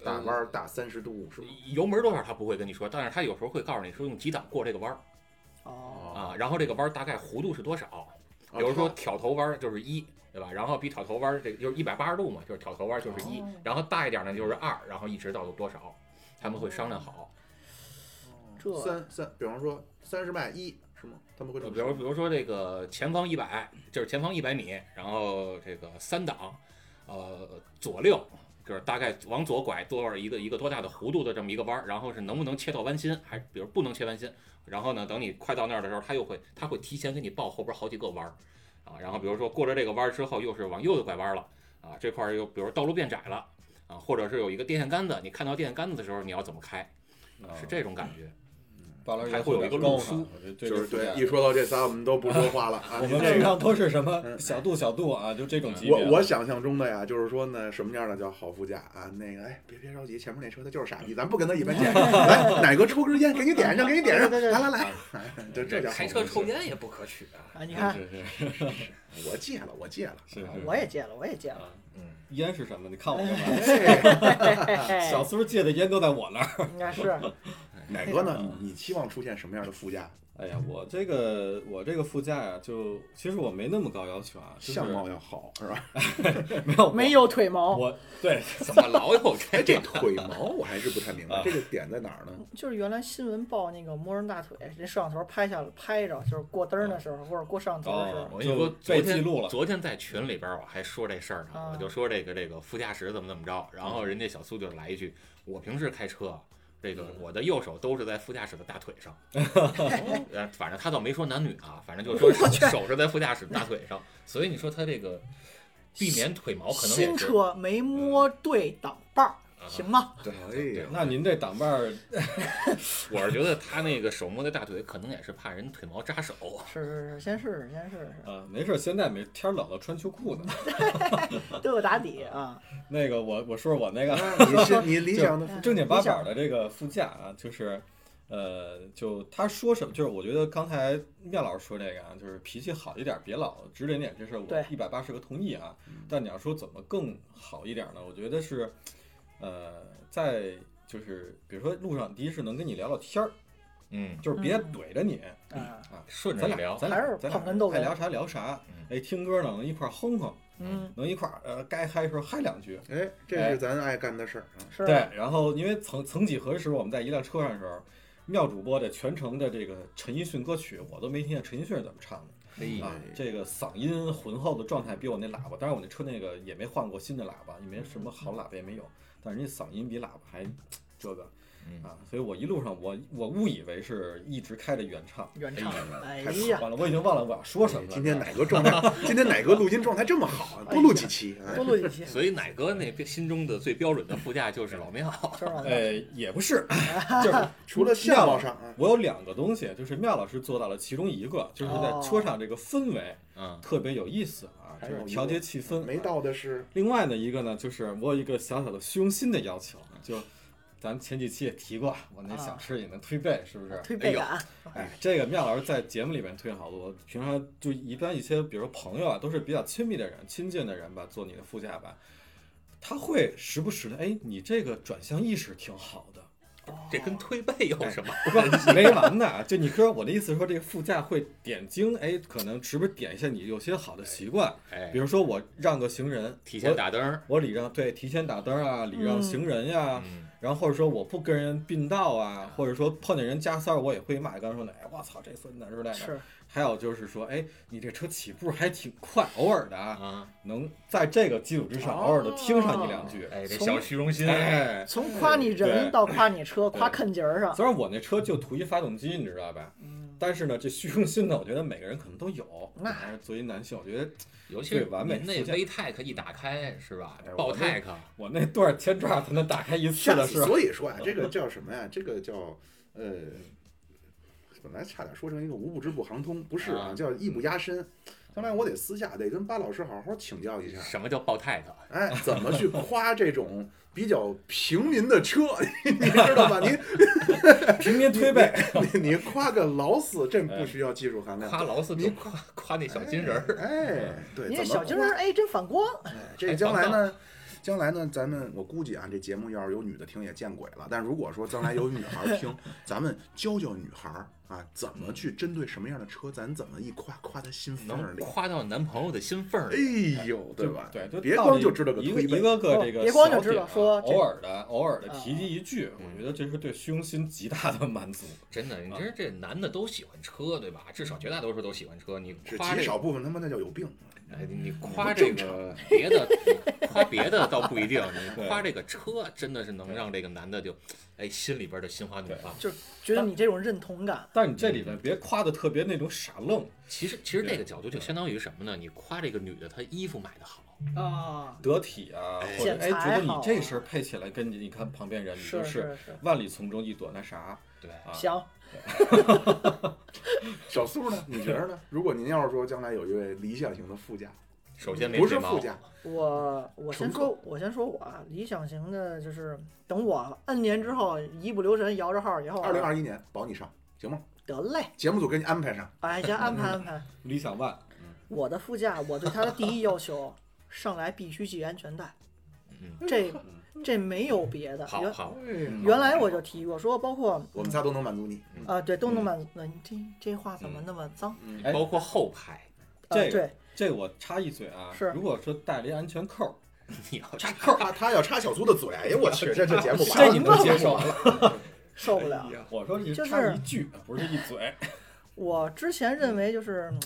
[SPEAKER 5] 呃
[SPEAKER 1] 打弯儿打三十度，是吗？
[SPEAKER 5] 油门多少他不会跟你说，但是他有时候会告诉你说用几档过这个弯儿
[SPEAKER 6] 哦，
[SPEAKER 5] 啊，然后这个弯儿大概弧度是多少，
[SPEAKER 1] 啊
[SPEAKER 5] 比如说挑头弯儿就是一，对吧？然后比挑头弯儿这个就是一百八十度嘛，就是挑头弯儿就是一，然后大一点呢就是二，然后一直到多少，他们会商量好。
[SPEAKER 3] 这
[SPEAKER 1] 三三，比方说三十迈一是吗？他们会这
[SPEAKER 5] 呃
[SPEAKER 1] 么
[SPEAKER 5] 比如
[SPEAKER 1] 说
[SPEAKER 5] 比如说这个前方一百，就是前方一百米，然后这个三档，呃，左六。就是大概往左拐多少一个一个多大的弧度的这么一个弯儿，然后是能不能切到弯心，还是比如不能切弯心，然后呢，等你快到那儿的时候，他又会他会提前给你报后边好几个弯儿啊，然后比如说过了这个弯儿之后，又是往右的拐弯了啊，这块儿又比如道路变窄了啊，或者是有一个电线杆子，你看到电线杆子的时候，你要怎么开，啊是这种感觉。
[SPEAKER 4] 嗯巴老师
[SPEAKER 5] 还会有一个路
[SPEAKER 4] 高
[SPEAKER 5] 书
[SPEAKER 4] 呢，我觉得对
[SPEAKER 1] 就是
[SPEAKER 4] 这
[SPEAKER 1] 对，
[SPEAKER 4] 个
[SPEAKER 1] 一说到这仨，我们都不说话 了啊。
[SPEAKER 4] 我
[SPEAKER 1] 您
[SPEAKER 4] 们
[SPEAKER 1] 这
[SPEAKER 4] 平
[SPEAKER 1] 个，
[SPEAKER 4] 常都是什么小度小度啊，就这种级别。
[SPEAKER 1] 我我想象中的呀，就是说呢，什么样的叫好副驾啊？那个，哎，别别着急，前面那车他就是傻逼，咱不跟他一般 见识。来，哪个抽根烟，给你点上，给你点上，
[SPEAKER 6] 对对对
[SPEAKER 1] 来来来，哎这这叫好
[SPEAKER 2] 开
[SPEAKER 1] 副
[SPEAKER 2] 车
[SPEAKER 1] 驾
[SPEAKER 2] 抽烟也不可取 啊！
[SPEAKER 6] 啊，你看，
[SPEAKER 4] 是是
[SPEAKER 1] 我戒了，我戒了。
[SPEAKER 4] 是是，
[SPEAKER 6] 我也戒了，我也 戒了。
[SPEAKER 4] 啊，
[SPEAKER 2] 嗯，
[SPEAKER 4] 烟是什么？你看我干嘛？
[SPEAKER 1] 哎
[SPEAKER 6] 嘿嘿
[SPEAKER 4] 小苏借的烟都在我那儿。
[SPEAKER 6] 应该 是
[SPEAKER 1] 哪个呢？你期望出现什么样的副驾？
[SPEAKER 4] 哎呀，我这个我这个副驾呀、就其实我没那么高要求啊，就是
[SPEAKER 1] 相貌要好是吧？
[SPEAKER 4] 没有
[SPEAKER 6] 没有腿毛，
[SPEAKER 4] 我对
[SPEAKER 5] 怎么老有
[SPEAKER 1] 哎，
[SPEAKER 5] 这
[SPEAKER 1] 这腿毛我还是不太明白
[SPEAKER 4] 啊，
[SPEAKER 1] 这个点在哪儿呢？
[SPEAKER 6] 就是原来新闻报那个摸人大腿，人摄像头拍下来拍着，就是过灯儿的时候或者过摄像头的时
[SPEAKER 4] 哦
[SPEAKER 6] 候，
[SPEAKER 5] 我跟你说
[SPEAKER 4] 就，
[SPEAKER 5] 昨
[SPEAKER 4] 被
[SPEAKER 5] 天
[SPEAKER 4] 记录了
[SPEAKER 5] 昨天在群里边我还说这事儿呢，
[SPEAKER 6] 啊
[SPEAKER 5] 我就说这个这个副驾驶怎么怎么着，然后人家小苏就来一句：“我平时开车，啊这个我的右手都是在副驾驶的大腿 上。呃”反正他倒没说男女啊，反正就说手手是在副驾驶的大腿上， 所以你说他这个避免腿毛哦可能也
[SPEAKER 6] 新
[SPEAKER 5] 是
[SPEAKER 6] 车没摸对挡把儿，
[SPEAKER 5] 啊
[SPEAKER 6] 行吗？
[SPEAKER 1] 对，哎
[SPEAKER 5] 对
[SPEAKER 1] 呀，
[SPEAKER 4] 那您这挡把儿
[SPEAKER 5] 我是觉得他那个手摸在大腿，可能也是怕人腿毛扎手。啊
[SPEAKER 6] 是是是，先试试，先试 试，
[SPEAKER 4] 呃没事儿，现在没天儿冷了穿秋裤呢。
[SPEAKER 6] 都有打底啊。
[SPEAKER 4] 那个我我说说我那个
[SPEAKER 1] 哎 你是你理想的副
[SPEAKER 4] 正经八百儿的这个副驾啊，就是，呃，就他说什么，就是我觉得刚才妙老师说这个啊，就是脾气好一点，别老指点点这事儿，
[SPEAKER 6] 对
[SPEAKER 4] 我一百八十个同意啊。但你要说怎么更好一点呢？我觉得是，呃，在就是比如说路上，第一是能跟你聊聊天儿，
[SPEAKER 5] 嗯，
[SPEAKER 4] 就是别怼着你，
[SPEAKER 6] 啊，
[SPEAKER 5] 顺着
[SPEAKER 4] 咱
[SPEAKER 5] 你
[SPEAKER 4] 俩
[SPEAKER 5] 聊，
[SPEAKER 4] 咱
[SPEAKER 6] 还是
[SPEAKER 4] 俩咱
[SPEAKER 6] 捧哏逗
[SPEAKER 4] 俩
[SPEAKER 6] 哏
[SPEAKER 4] 爱聊啥聊啥
[SPEAKER 5] 嗯。
[SPEAKER 4] 哎，听歌呢能一块儿哼哼，
[SPEAKER 6] 嗯，
[SPEAKER 4] 能一块儿呃该嗨的时候嗨两句。
[SPEAKER 1] 哎，这是咱爱干的事儿啊。
[SPEAKER 6] 是
[SPEAKER 4] 对，然后因为曾曾几何时，我们在一辆车上的时候，妙主播的全程的这个陈奕迅歌曲，我都没听见陈奕迅是怎么唱的
[SPEAKER 5] 嘿
[SPEAKER 4] 啊。这个嗓音浑厚的状态比我那喇叭，当然我那车那个也没换过新的喇叭，也没什么好喇叭也没有，但人家嗓音比喇叭还这个
[SPEAKER 5] 嗯
[SPEAKER 4] 啊，所以我一路上我我误以为是一直开着原唱，
[SPEAKER 6] 原唱，哎
[SPEAKER 1] 太
[SPEAKER 6] 呀，
[SPEAKER 4] 完了我已经忘了我要说什么了。
[SPEAKER 1] 哎今天哪个状态？今天哪个录音状态这么好啊？多录几期啊！
[SPEAKER 6] 多录几期，
[SPEAKER 5] 所以奶哥那边心中的最标准的副驾就是老 庙。
[SPEAKER 6] 知 道吗？
[SPEAKER 4] 呃，也不是， 就是
[SPEAKER 1] 除了相貌上啊，
[SPEAKER 4] 我有两个东西，就是妙老师做到了其中一 个，就是在车上这个氛围
[SPEAKER 5] 嗯，
[SPEAKER 4] 特别有意思啊，
[SPEAKER 1] 哦还
[SPEAKER 4] 就
[SPEAKER 1] 有一个
[SPEAKER 4] 是调节气氛。
[SPEAKER 1] 没。到的是
[SPEAKER 4] 另外呢，一个呢，就是我有一个小小的虚荣心的要
[SPEAKER 1] 啊
[SPEAKER 4] 求，就咱们前几期也提过，我那小吃也能推背，是不是？
[SPEAKER 6] 推背感，
[SPEAKER 4] 哎，这个妙老师在节目里面推好多，平常就一般一些，比如说朋友啊，都是比较亲密的人、亲近的人吧，做你的副驾吧，他会时不时的，哎，你这个转向意识挺好的。
[SPEAKER 5] 这跟推背有什么？
[SPEAKER 4] 不是没完的啊！就你哥，我的意思是说，这个副驾会点睛，哎，可能时不时点一下你有些好的习惯，
[SPEAKER 5] 哎
[SPEAKER 4] 比，如说我让个行人，
[SPEAKER 5] 提前打灯儿。
[SPEAKER 4] 我，我礼让，对，提前打灯啊，礼让行人呀、
[SPEAKER 5] 嗯
[SPEAKER 4] 然后或者说我不跟人并道啊，或者说碰见人加塞儿，我也会骂，刚才说的，哎，我操，这孙子之类的。
[SPEAKER 6] 是
[SPEAKER 4] 还有就是说，哎，你这车起步还挺快，偶尔的啊，
[SPEAKER 5] 啊，
[SPEAKER 4] 能在这个基础之上，偶尔的听上你两句，
[SPEAKER 5] 哎，这
[SPEAKER 4] 从
[SPEAKER 5] 小虚荣心，
[SPEAKER 4] 哎，
[SPEAKER 6] 从夸你人
[SPEAKER 4] 对
[SPEAKER 6] 到夸你车，
[SPEAKER 4] 对
[SPEAKER 6] 夸坑节儿上，
[SPEAKER 4] 虽然我那车就图一发动机，你知道吧？
[SPEAKER 6] 嗯
[SPEAKER 4] 但是呢，这虚荣心呢，我觉得每个人可能都有。
[SPEAKER 6] 那
[SPEAKER 4] 还是作为男性，我觉得
[SPEAKER 5] 尤其是
[SPEAKER 4] 对完美
[SPEAKER 5] 您那
[SPEAKER 4] 附加
[SPEAKER 5] VTEC 一打开是吧
[SPEAKER 4] 哎？
[SPEAKER 5] 爆
[SPEAKER 4] 我那
[SPEAKER 5] TEC
[SPEAKER 4] 我那多少千抓才能打开一次
[SPEAKER 1] 下
[SPEAKER 4] 的
[SPEAKER 1] 次
[SPEAKER 4] 是吧？
[SPEAKER 1] 所以说啊，这个叫什么呀？这个叫呃，本来差点说成一个无不知不航通，不是啊，
[SPEAKER 5] 啊
[SPEAKER 1] 叫艺不压身。将来我得私下得跟巴老师好好请教一下，
[SPEAKER 5] 什么叫爆 TEC？
[SPEAKER 1] 哎，怎么去夸这种比较平民的车， 你知道吧？你
[SPEAKER 4] 平民 推背，
[SPEAKER 1] 你你夸个劳斯，这不需要技术含量。
[SPEAKER 5] 夸劳斯就夸夸那小金人儿，
[SPEAKER 1] 哎，哎，对，
[SPEAKER 6] 你
[SPEAKER 1] 怎
[SPEAKER 6] 这
[SPEAKER 1] 么
[SPEAKER 6] 小金人，
[SPEAKER 1] 夸，
[SPEAKER 6] 哎，真反光，
[SPEAKER 1] 哎这个将来呢，将来呢，咱们我估计啊，这节目要是有女的听也见鬼了。但如果说将来有女孩儿听， 咱们教教女孩儿啊，怎么去针对什么样的车，咱怎么一夸夸她心缝儿
[SPEAKER 5] 能
[SPEAKER 1] 里。
[SPEAKER 5] 夸到男朋友的心缝儿里。
[SPEAKER 1] 哎呦，对吧？
[SPEAKER 4] 对，就
[SPEAKER 1] 别
[SPEAKER 4] 到
[SPEAKER 1] 光
[SPEAKER 4] 底
[SPEAKER 1] 就知道个
[SPEAKER 4] 一个
[SPEAKER 1] 推
[SPEAKER 4] 一
[SPEAKER 1] 背。
[SPEAKER 4] 个个这
[SPEAKER 6] 哦
[SPEAKER 4] 个
[SPEAKER 6] 别光
[SPEAKER 4] 小
[SPEAKER 6] 就知道
[SPEAKER 4] 点啊
[SPEAKER 6] 说这
[SPEAKER 4] 偶尔的偶尔的提及一句，
[SPEAKER 5] 嗯
[SPEAKER 4] 我觉得这是对虚荣心极大的满足。
[SPEAKER 5] 真的，你
[SPEAKER 4] 啊
[SPEAKER 5] 这这男的都喜欢车，对吧？至少绝大多数都喜欢车。你
[SPEAKER 1] 是
[SPEAKER 5] 夸
[SPEAKER 1] 极
[SPEAKER 5] 这个
[SPEAKER 1] 少部分他妈那叫有病，啊
[SPEAKER 5] 哎，你你夸这个别的，你夸别的倒不一定， 你
[SPEAKER 4] 对
[SPEAKER 5] 夸这个车真的是能让这个男的就，哎，心里边的心花怒放。
[SPEAKER 6] 觉得你这种认同感，
[SPEAKER 4] 但是你这里边别夸的特别那种傻愣，
[SPEAKER 5] 其实其实
[SPEAKER 4] 对
[SPEAKER 5] 这个角度就相当于什么呢？你夸这个女的她衣服买的好，
[SPEAKER 6] 啊，
[SPEAKER 4] 得体啊，或者
[SPEAKER 6] 剪
[SPEAKER 4] 哎
[SPEAKER 6] 裁
[SPEAKER 4] 觉得你
[SPEAKER 6] 好
[SPEAKER 4] 这身儿配起来跟你你看旁边人，你就是是
[SPEAKER 6] 是，
[SPEAKER 4] 万里丛中一朵那啥，
[SPEAKER 5] 对，
[SPEAKER 4] 啊
[SPEAKER 6] 行，
[SPEAKER 1] 小苏呢？你觉得呢？ 如果您要是说将来有一位理想型的副驾，
[SPEAKER 5] 首先没
[SPEAKER 1] 嗯不
[SPEAKER 5] 睫
[SPEAKER 1] 是
[SPEAKER 5] 毛
[SPEAKER 1] 副，驾，
[SPEAKER 6] 我我先
[SPEAKER 1] 重
[SPEAKER 6] 说，我先说我啊，理想型的就是等我 N 年之后一不留神摇着号以后啊，
[SPEAKER 1] 二零二一年保你上，行吗？
[SPEAKER 6] 得嘞，
[SPEAKER 1] 节目组给你安排上。
[SPEAKER 6] 哎，先安排安排。
[SPEAKER 4] 理想万
[SPEAKER 6] 我的副驾，我对他的第一要求，上来必须系安全带，
[SPEAKER 5] 嗯，
[SPEAKER 6] 这这没有别的。
[SPEAKER 5] 好
[SPEAKER 1] 哎
[SPEAKER 6] 原
[SPEAKER 5] 好，
[SPEAKER 6] 原来我就提过说，包括
[SPEAKER 1] 嗯我们仨都能满足你。
[SPEAKER 6] 啊、对，都能满。那、这这话怎么那么脏？
[SPEAKER 1] 嗯，
[SPEAKER 4] 哎
[SPEAKER 5] 包括后排，
[SPEAKER 6] 啊、
[SPEAKER 4] 这
[SPEAKER 6] 对，
[SPEAKER 4] 这我插一嘴啊，
[SPEAKER 6] 是
[SPEAKER 4] 如果说带了一安全扣儿，
[SPEAKER 5] 你要
[SPEAKER 1] 插扣，他他要插小苏的嘴，哎呦我去，这这节目完
[SPEAKER 4] 这
[SPEAKER 1] 了
[SPEAKER 4] 你们都接受了？
[SPEAKER 6] 受不了。
[SPEAKER 4] 我说你
[SPEAKER 6] 就
[SPEAKER 4] 插
[SPEAKER 6] 是
[SPEAKER 4] 一句，不是一 嘴，
[SPEAKER 6] 我之前认为就是。嗯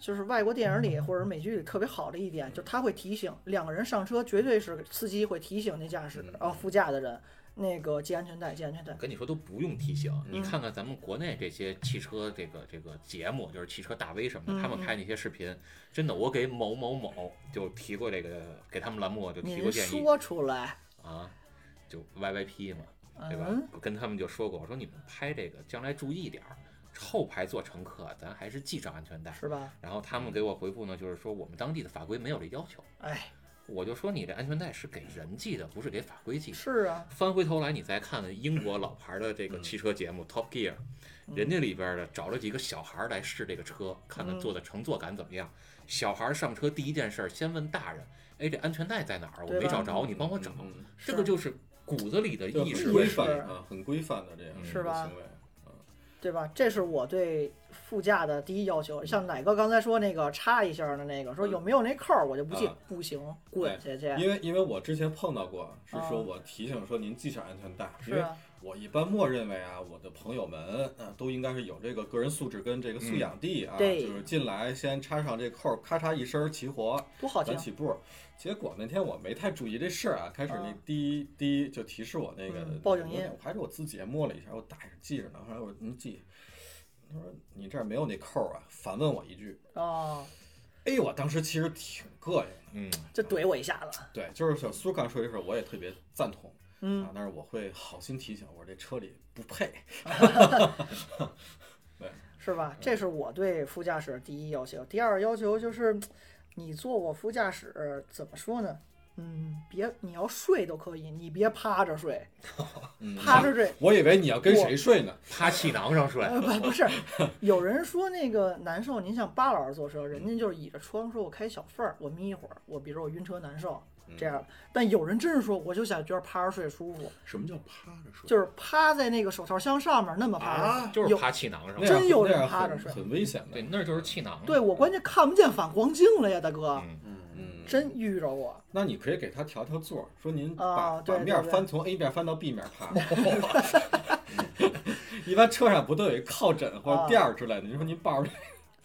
[SPEAKER 6] 就是外国电影里或者美剧里特别好的一点，就他会提醒两个人上车，绝对是司机会提醒那驾驶
[SPEAKER 5] 嗯
[SPEAKER 6] 哦副驾的人，那个系安全带，系安全带
[SPEAKER 5] 我。跟你说都不用提醒，你
[SPEAKER 6] 嗯
[SPEAKER 5] 看看咱们国内这些汽车这个这个节目，就是汽车大 V 什么的，他们
[SPEAKER 6] 嗯嗯
[SPEAKER 5] 拍那些视频，真的，我给某某某就提过这个，给他们栏目我就提
[SPEAKER 6] 您
[SPEAKER 5] 过建议
[SPEAKER 6] 说出来，
[SPEAKER 5] 啊，就 YYP 嘛，对吧
[SPEAKER 6] 嗯，？
[SPEAKER 5] 我跟他们就说过，我说你们拍这个将来注意点儿，后排坐乘客咱还是系上安全带。
[SPEAKER 6] 是吧？
[SPEAKER 5] 然后他们给我回复呢，就是说我们当地的法规没有这要求。
[SPEAKER 6] 哎，
[SPEAKER 5] 我就说你这安全带是给人系的，不是给法规系的。
[SPEAKER 6] 是啊，
[SPEAKER 5] 翻回头来，你再看看英国老牌的这个汽车节目《Top Gear》，人
[SPEAKER 6] 嗯
[SPEAKER 5] 家里边的找了几个小孩儿来试这个车，看看坐的乘坐感怎么
[SPEAKER 6] 嗯
[SPEAKER 5] 样。小孩儿上车第一件事儿，先问大人：“哎，这安全带在哪儿？我
[SPEAKER 6] 对
[SPEAKER 5] 没
[SPEAKER 6] 吧
[SPEAKER 5] 找着，你帮我找。
[SPEAKER 4] 嗯，嗯”
[SPEAKER 5] 这个就是骨子里的
[SPEAKER 4] 这
[SPEAKER 5] 意识
[SPEAKER 4] 很
[SPEAKER 5] 问
[SPEAKER 4] 规
[SPEAKER 5] 题。
[SPEAKER 4] 范啊，很规范的这样
[SPEAKER 6] 是
[SPEAKER 4] 的
[SPEAKER 6] 吧
[SPEAKER 4] 行为。
[SPEAKER 6] 对吧？这是我对副驾的第一要求。像奶哥刚才说那个插一下的那个，说
[SPEAKER 5] 嗯
[SPEAKER 6] 有没有那扣儿，我就不系
[SPEAKER 4] 啊，
[SPEAKER 6] 不行，滚下去。
[SPEAKER 4] 因为因为我之前碰到过，是
[SPEAKER 6] 啊
[SPEAKER 4] 说我提醒说您系上安全带，
[SPEAKER 6] 是
[SPEAKER 4] 因为
[SPEAKER 6] 啊，
[SPEAKER 4] 我一般默认为啊，我的朋友们啊都应该是有这个个人素质跟这个素养地啊，
[SPEAKER 6] 嗯对
[SPEAKER 4] 就是进来先插上这扣儿，咔嚓一声儿齐活，
[SPEAKER 6] 多好听啊
[SPEAKER 4] 咱。起步。结果那天我没太注意这事儿啊，开始那
[SPEAKER 6] 啊
[SPEAKER 4] 滴滴就提示我那个
[SPEAKER 6] 嗯报警音
[SPEAKER 4] 我还是我自己也摸了一下，我打着记着呢，后来我你记，他说你这儿没有那扣儿啊，反问我一句，
[SPEAKER 6] 哦，
[SPEAKER 4] 哎呦，我当时其实挺膈应的，
[SPEAKER 5] 嗯，
[SPEAKER 6] 这怼我一下子。
[SPEAKER 5] 啊
[SPEAKER 4] 对，就是小苏刚说这事儿，我也特别赞同。
[SPEAKER 6] 嗯
[SPEAKER 4] 啊，，但是我会好心提醒，我说这车里不配。
[SPEAKER 6] 是吧？这是我对副驾驶第一要求。第二要求就是，你坐我副驾驶怎么说呢？嗯，别你要睡都可以，你别趴着睡，
[SPEAKER 4] 嗯，
[SPEAKER 6] 趴着睡。
[SPEAKER 4] 我以为你要跟谁睡呢？
[SPEAKER 5] 趴气囊上睡，
[SPEAKER 6] 呃，不不是，有人说那个难受。您像巴老师坐车，人家就是倚着窗说，我开小缝儿，我眯一会儿，我比如说我晕车难受这样。但有人真是说，我就想觉得趴着睡舒服，
[SPEAKER 1] 什么叫趴着睡？
[SPEAKER 6] 就是趴在那个手套箱上面那么趴着。
[SPEAKER 1] 啊，
[SPEAKER 5] 就是
[SPEAKER 6] 有
[SPEAKER 5] 趴气囊上
[SPEAKER 4] 那
[SPEAKER 5] 睡。
[SPEAKER 4] 样
[SPEAKER 6] 真有
[SPEAKER 4] 那
[SPEAKER 6] 人
[SPEAKER 4] 样
[SPEAKER 6] 趴着
[SPEAKER 4] 很
[SPEAKER 6] 睡
[SPEAKER 4] 很危险的
[SPEAKER 5] 对，。那就是气囊。
[SPEAKER 6] 对我关键看不见反光镜了呀，大哥，
[SPEAKER 5] 嗯，
[SPEAKER 1] 嗯，
[SPEAKER 4] 嗯，
[SPEAKER 6] 真遇着过。
[SPEAKER 4] 那你可以给他调调座儿，说您把、
[SPEAKER 6] 哦对
[SPEAKER 4] 把面儿
[SPEAKER 6] 对对
[SPEAKER 4] 翻从 A 面翻到 B 面趴。 一般车上不都有一靠枕
[SPEAKER 6] 哦
[SPEAKER 4] 或者垫儿之类的？你说您抱着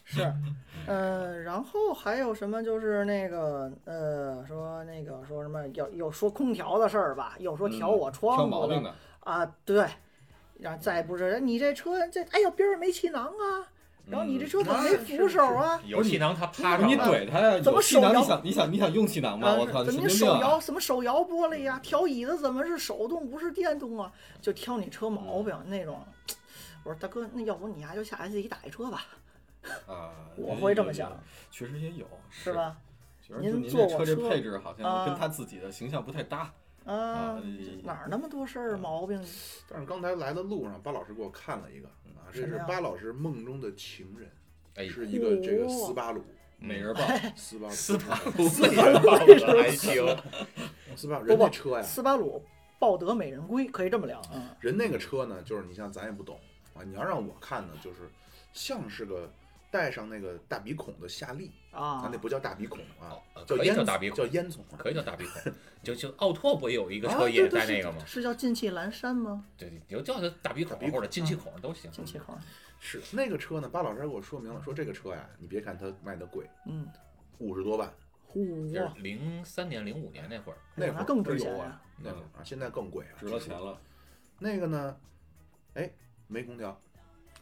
[SPEAKER 6] 是， 呃，然后还有什么就是那个呃，说那个说什么有有说空调的事儿吧，有说调我窗户
[SPEAKER 4] 嗯挑毛病的，
[SPEAKER 6] 啊，对，然后再不是你这车这哎呦边上没气囊啊，
[SPEAKER 4] 嗯
[SPEAKER 6] 然后你这车怎么没扶手啊？
[SPEAKER 5] 有气囊它趴上
[SPEAKER 4] 你
[SPEAKER 5] 了，
[SPEAKER 4] 怼他呀？
[SPEAKER 6] 怎么
[SPEAKER 4] 有气囊？
[SPEAKER 6] 手摇
[SPEAKER 4] 你想你想你想用气囊吗？
[SPEAKER 6] 啊
[SPEAKER 4] 我操，，
[SPEAKER 6] 怎
[SPEAKER 4] 神
[SPEAKER 6] 么你
[SPEAKER 4] 经
[SPEAKER 6] 手
[SPEAKER 4] 病啊！
[SPEAKER 6] 摇什么手摇玻璃呀、调椅子怎么是手动不是电动啊？就挑你车毛病
[SPEAKER 4] 嗯
[SPEAKER 6] 那种。我说大哥，那要不你丫就下来自己打一车吧，
[SPEAKER 4] 啊，
[SPEAKER 6] 我会这么想，
[SPEAKER 4] 确实也有，
[SPEAKER 6] 是？吧？啊
[SPEAKER 4] 觉得
[SPEAKER 6] 您
[SPEAKER 4] 就您
[SPEAKER 6] 坐
[SPEAKER 4] 这
[SPEAKER 6] 我
[SPEAKER 4] 车这
[SPEAKER 6] 车
[SPEAKER 4] 配置好像
[SPEAKER 6] 啊
[SPEAKER 4] 跟他自己的形象不太搭。
[SPEAKER 6] 啊
[SPEAKER 4] 啊，
[SPEAKER 6] 这哪儿那么多事
[SPEAKER 4] 嗯
[SPEAKER 6] 儿毛病？
[SPEAKER 1] 但是刚才来的路上，巴老师给我看了一个啊，这是巴老师梦中的情人，
[SPEAKER 5] 哎，
[SPEAKER 1] 是一个这个斯巴鲁，
[SPEAKER 4] 美
[SPEAKER 5] 嗯
[SPEAKER 4] 人豹，
[SPEAKER 1] 斯巴
[SPEAKER 5] 斯
[SPEAKER 1] 鲁。
[SPEAKER 5] 哎巴鲁还行，
[SPEAKER 1] 斯巴鲁
[SPEAKER 6] 不
[SPEAKER 1] 人
[SPEAKER 6] 不
[SPEAKER 1] 那车呀，
[SPEAKER 6] 斯巴鲁抱得美人归，可以这么聊啊。嗯
[SPEAKER 1] 人那个车呢，就是你像咱也不懂啊，你要让我看呢，就是像是个带上那个大鼻孔的夏利，啊，
[SPEAKER 6] 啊
[SPEAKER 1] 那，不叫大鼻孔啊，
[SPEAKER 5] 哦
[SPEAKER 1] 叫
[SPEAKER 5] 可以
[SPEAKER 1] 烟
[SPEAKER 5] 叫大鼻孔
[SPEAKER 1] 叫烟囱啊。
[SPEAKER 5] 可以叫大鼻孔，就就奥拓不也有一个
[SPEAKER 1] 啊
[SPEAKER 5] 车
[SPEAKER 1] 对
[SPEAKER 5] 也
[SPEAKER 1] 对
[SPEAKER 5] 带
[SPEAKER 1] 是
[SPEAKER 5] 那个吗？
[SPEAKER 6] 是叫进气阑珊吗？
[SPEAKER 5] 对，你就叫它大鼻
[SPEAKER 1] 大
[SPEAKER 5] 孔
[SPEAKER 1] 鼻孔
[SPEAKER 5] 或者进气孔都行。
[SPEAKER 6] 进气口，
[SPEAKER 1] 是那个车呢，巴老师还给我说明了，说这个车呀，你别看它卖的贵，
[SPEAKER 6] 嗯，
[SPEAKER 1] 五十多万
[SPEAKER 5] 就
[SPEAKER 6] 嚯
[SPEAKER 5] 是，零三年、零五年那会儿，
[SPEAKER 1] 那会
[SPEAKER 6] 那
[SPEAKER 1] 儿
[SPEAKER 6] 更值
[SPEAKER 4] 有
[SPEAKER 6] 钱呀
[SPEAKER 4] 啊，
[SPEAKER 1] 那会儿啊，现在更贵啊，
[SPEAKER 4] 值了钱。了。
[SPEAKER 1] 那个呢，哎，没空调，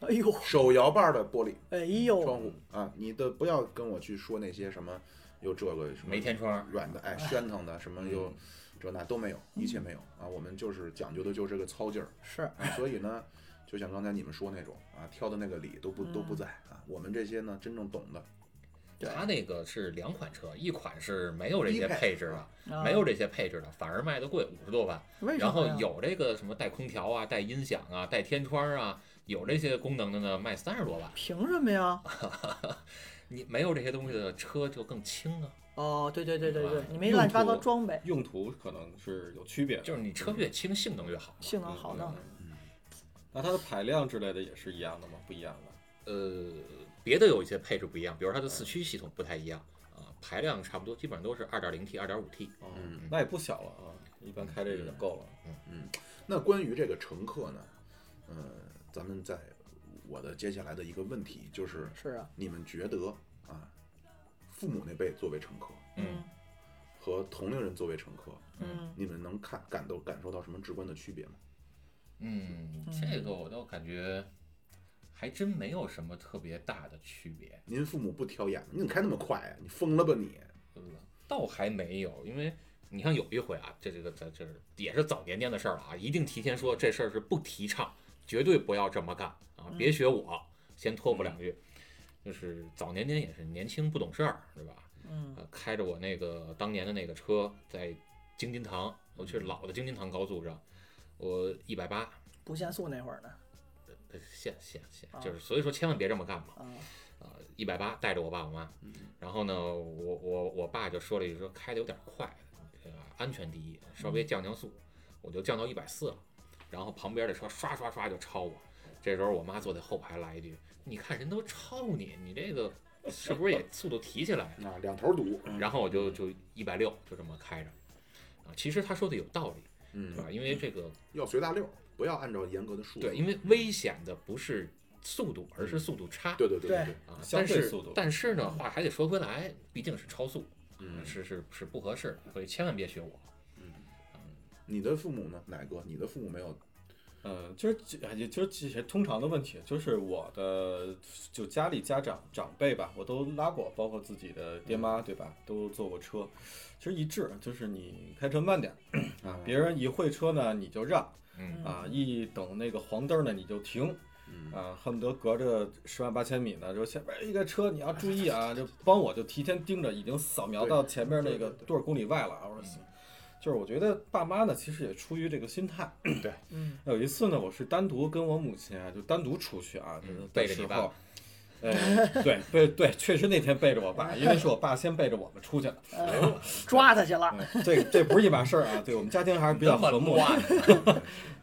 [SPEAKER 6] 哎呦，
[SPEAKER 1] 手摇把的玻璃
[SPEAKER 6] 哎
[SPEAKER 1] 窗
[SPEAKER 6] 呦，
[SPEAKER 1] 户啊，你的不要跟我去说那些什么有这个什么
[SPEAKER 5] 没天窗，
[SPEAKER 1] 软的，哎，喧腾的什么有这那都没有，一切没有啊。我们就是讲究的就是这个操劲儿，
[SPEAKER 6] 是
[SPEAKER 1] 啊所以呢，就像刚才你们说那种啊，挑的那个理都不都不在啊。我们这些呢，真正懂的，
[SPEAKER 5] 它那个是两款车，一款是没有这
[SPEAKER 1] 低
[SPEAKER 5] 些
[SPEAKER 1] 配
[SPEAKER 5] 配置的，
[SPEAKER 6] 啊
[SPEAKER 5] 没有这些配置的，反而卖的贵，五十多万。
[SPEAKER 6] 为什
[SPEAKER 5] 然后
[SPEAKER 6] 么呀？
[SPEAKER 5] 有这个什么带空调啊、带音响啊、带天窗啊，有这些功能的呢，卖三十多万。
[SPEAKER 6] 凭什么呀？
[SPEAKER 5] 你没有这些东西的车就更轻啊，
[SPEAKER 6] 哦，对对对对对
[SPEAKER 5] 啊，
[SPEAKER 6] 你没乱七八糟
[SPEAKER 4] 用途
[SPEAKER 6] 装备，
[SPEAKER 4] 用途可能是有区别的，
[SPEAKER 5] 就是你车越轻，性能越好。
[SPEAKER 6] 性能好弄
[SPEAKER 4] 嗯。那它的排量之类的也是一样的吗？不一样的。
[SPEAKER 5] 呃，别的有一些配置不一样，比如它的四驱系统不太一样啊，排量差不多，基本上都是二点零 T、二点五 T。
[SPEAKER 4] 哦
[SPEAKER 1] 嗯，
[SPEAKER 4] 那也不小了啊，一般开这个就够了。
[SPEAKER 1] 那关于这个乘客呢，呃，咱们在我的接下来的一个问题就是，
[SPEAKER 6] 是啊，
[SPEAKER 1] 你们觉得啊，父母那辈作为乘客
[SPEAKER 5] 嗯
[SPEAKER 1] 和同龄人作为乘客，
[SPEAKER 6] 嗯，
[SPEAKER 1] 你们能看感到感受到什么直观的区别吗？
[SPEAKER 5] 嗯，这个我倒感觉还真没有什么特别大的区别，
[SPEAKER 1] 您父母不挑眼吗？你怎么开那么快呀、你疯了吧你？
[SPEAKER 5] 对不对？倒还没有，因为你像有一回啊，这这个在这是也是早年间的事儿了啊，一定提前说这事儿是不提倡，绝对不要这么干啊，别学我，先托付两句。就是早年间也是年轻不懂事儿，对吧？
[SPEAKER 6] 嗯
[SPEAKER 5] 呃，开着我那个当年的那个车，在京津唐，我去老的京津唐高速上，我一百八，
[SPEAKER 6] 不限速那会儿呢，
[SPEAKER 5] 呃限限限，就是所以说千万别这么干嘛。
[SPEAKER 6] 啊，
[SPEAKER 5] 呃，一百八带着我爸我妈，然后呢，我我我爸就说了一句说开的有点快，呃，安全第一，稍微降降速，我就降到一百四了，然后旁边的车刷刷刷就超我，这时候我妈坐在后排来一句，你看人都超你，你这个是不是也速度提起来了？
[SPEAKER 1] 啊，两头堵，
[SPEAKER 5] 然后我就
[SPEAKER 4] 嗯
[SPEAKER 5] 就一百六就这么开着，啊，其实他说的有道理，
[SPEAKER 1] 嗯
[SPEAKER 5] 对，吧？因为这个
[SPEAKER 1] 要随大溜，不要按照严格的数。
[SPEAKER 5] 对，因为危险的不是速度，而是速度差。
[SPEAKER 1] 对对对
[SPEAKER 6] 对
[SPEAKER 1] 对，
[SPEAKER 5] 啊，
[SPEAKER 4] 嗯相
[SPEAKER 5] 但
[SPEAKER 4] 对
[SPEAKER 5] 是
[SPEAKER 4] 速度嗯
[SPEAKER 5] 但是呢，话还得说回来，毕竟是超速，
[SPEAKER 1] 嗯，
[SPEAKER 5] 是是是不合适的，所以千万别学我。
[SPEAKER 1] 你的父母呢？哪个？你的父母没有？
[SPEAKER 4] 嗯，就是这也就是这些通常的问题，就是我的就家里家长长辈吧，我都拉过，包括自己的爹妈，对吧？都坐过车，其实一致，就是你开车慢点儿啊，别人一会车呢你就让
[SPEAKER 5] 嗯
[SPEAKER 4] 啊，一等那个黄灯儿呢你就停。啊，恨不得隔着十万八千米呢，就前面一个车你要注意啊，就帮我就提前盯着，已经扫描到前面那
[SPEAKER 1] 对
[SPEAKER 4] 个
[SPEAKER 1] 对对
[SPEAKER 4] 多少公里外了啊。
[SPEAKER 5] 嗯
[SPEAKER 4] 我说行，就是我觉得爸妈呢，其实也出于这个心态，
[SPEAKER 6] 嗯，
[SPEAKER 4] 有一次呢，我是单独跟我母亲啊，就单独出去啊，就是
[SPEAKER 5] 嗯
[SPEAKER 4] 的
[SPEAKER 5] 背着你
[SPEAKER 4] 时
[SPEAKER 5] 爸
[SPEAKER 4] 候，呃，对对对，确实那天背着我爸，因为是我爸先背着我们出去的。
[SPEAKER 6] 呃抓他去了，
[SPEAKER 4] 嗯这这不是一码事儿啊，对我们家庭还是比较和睦的。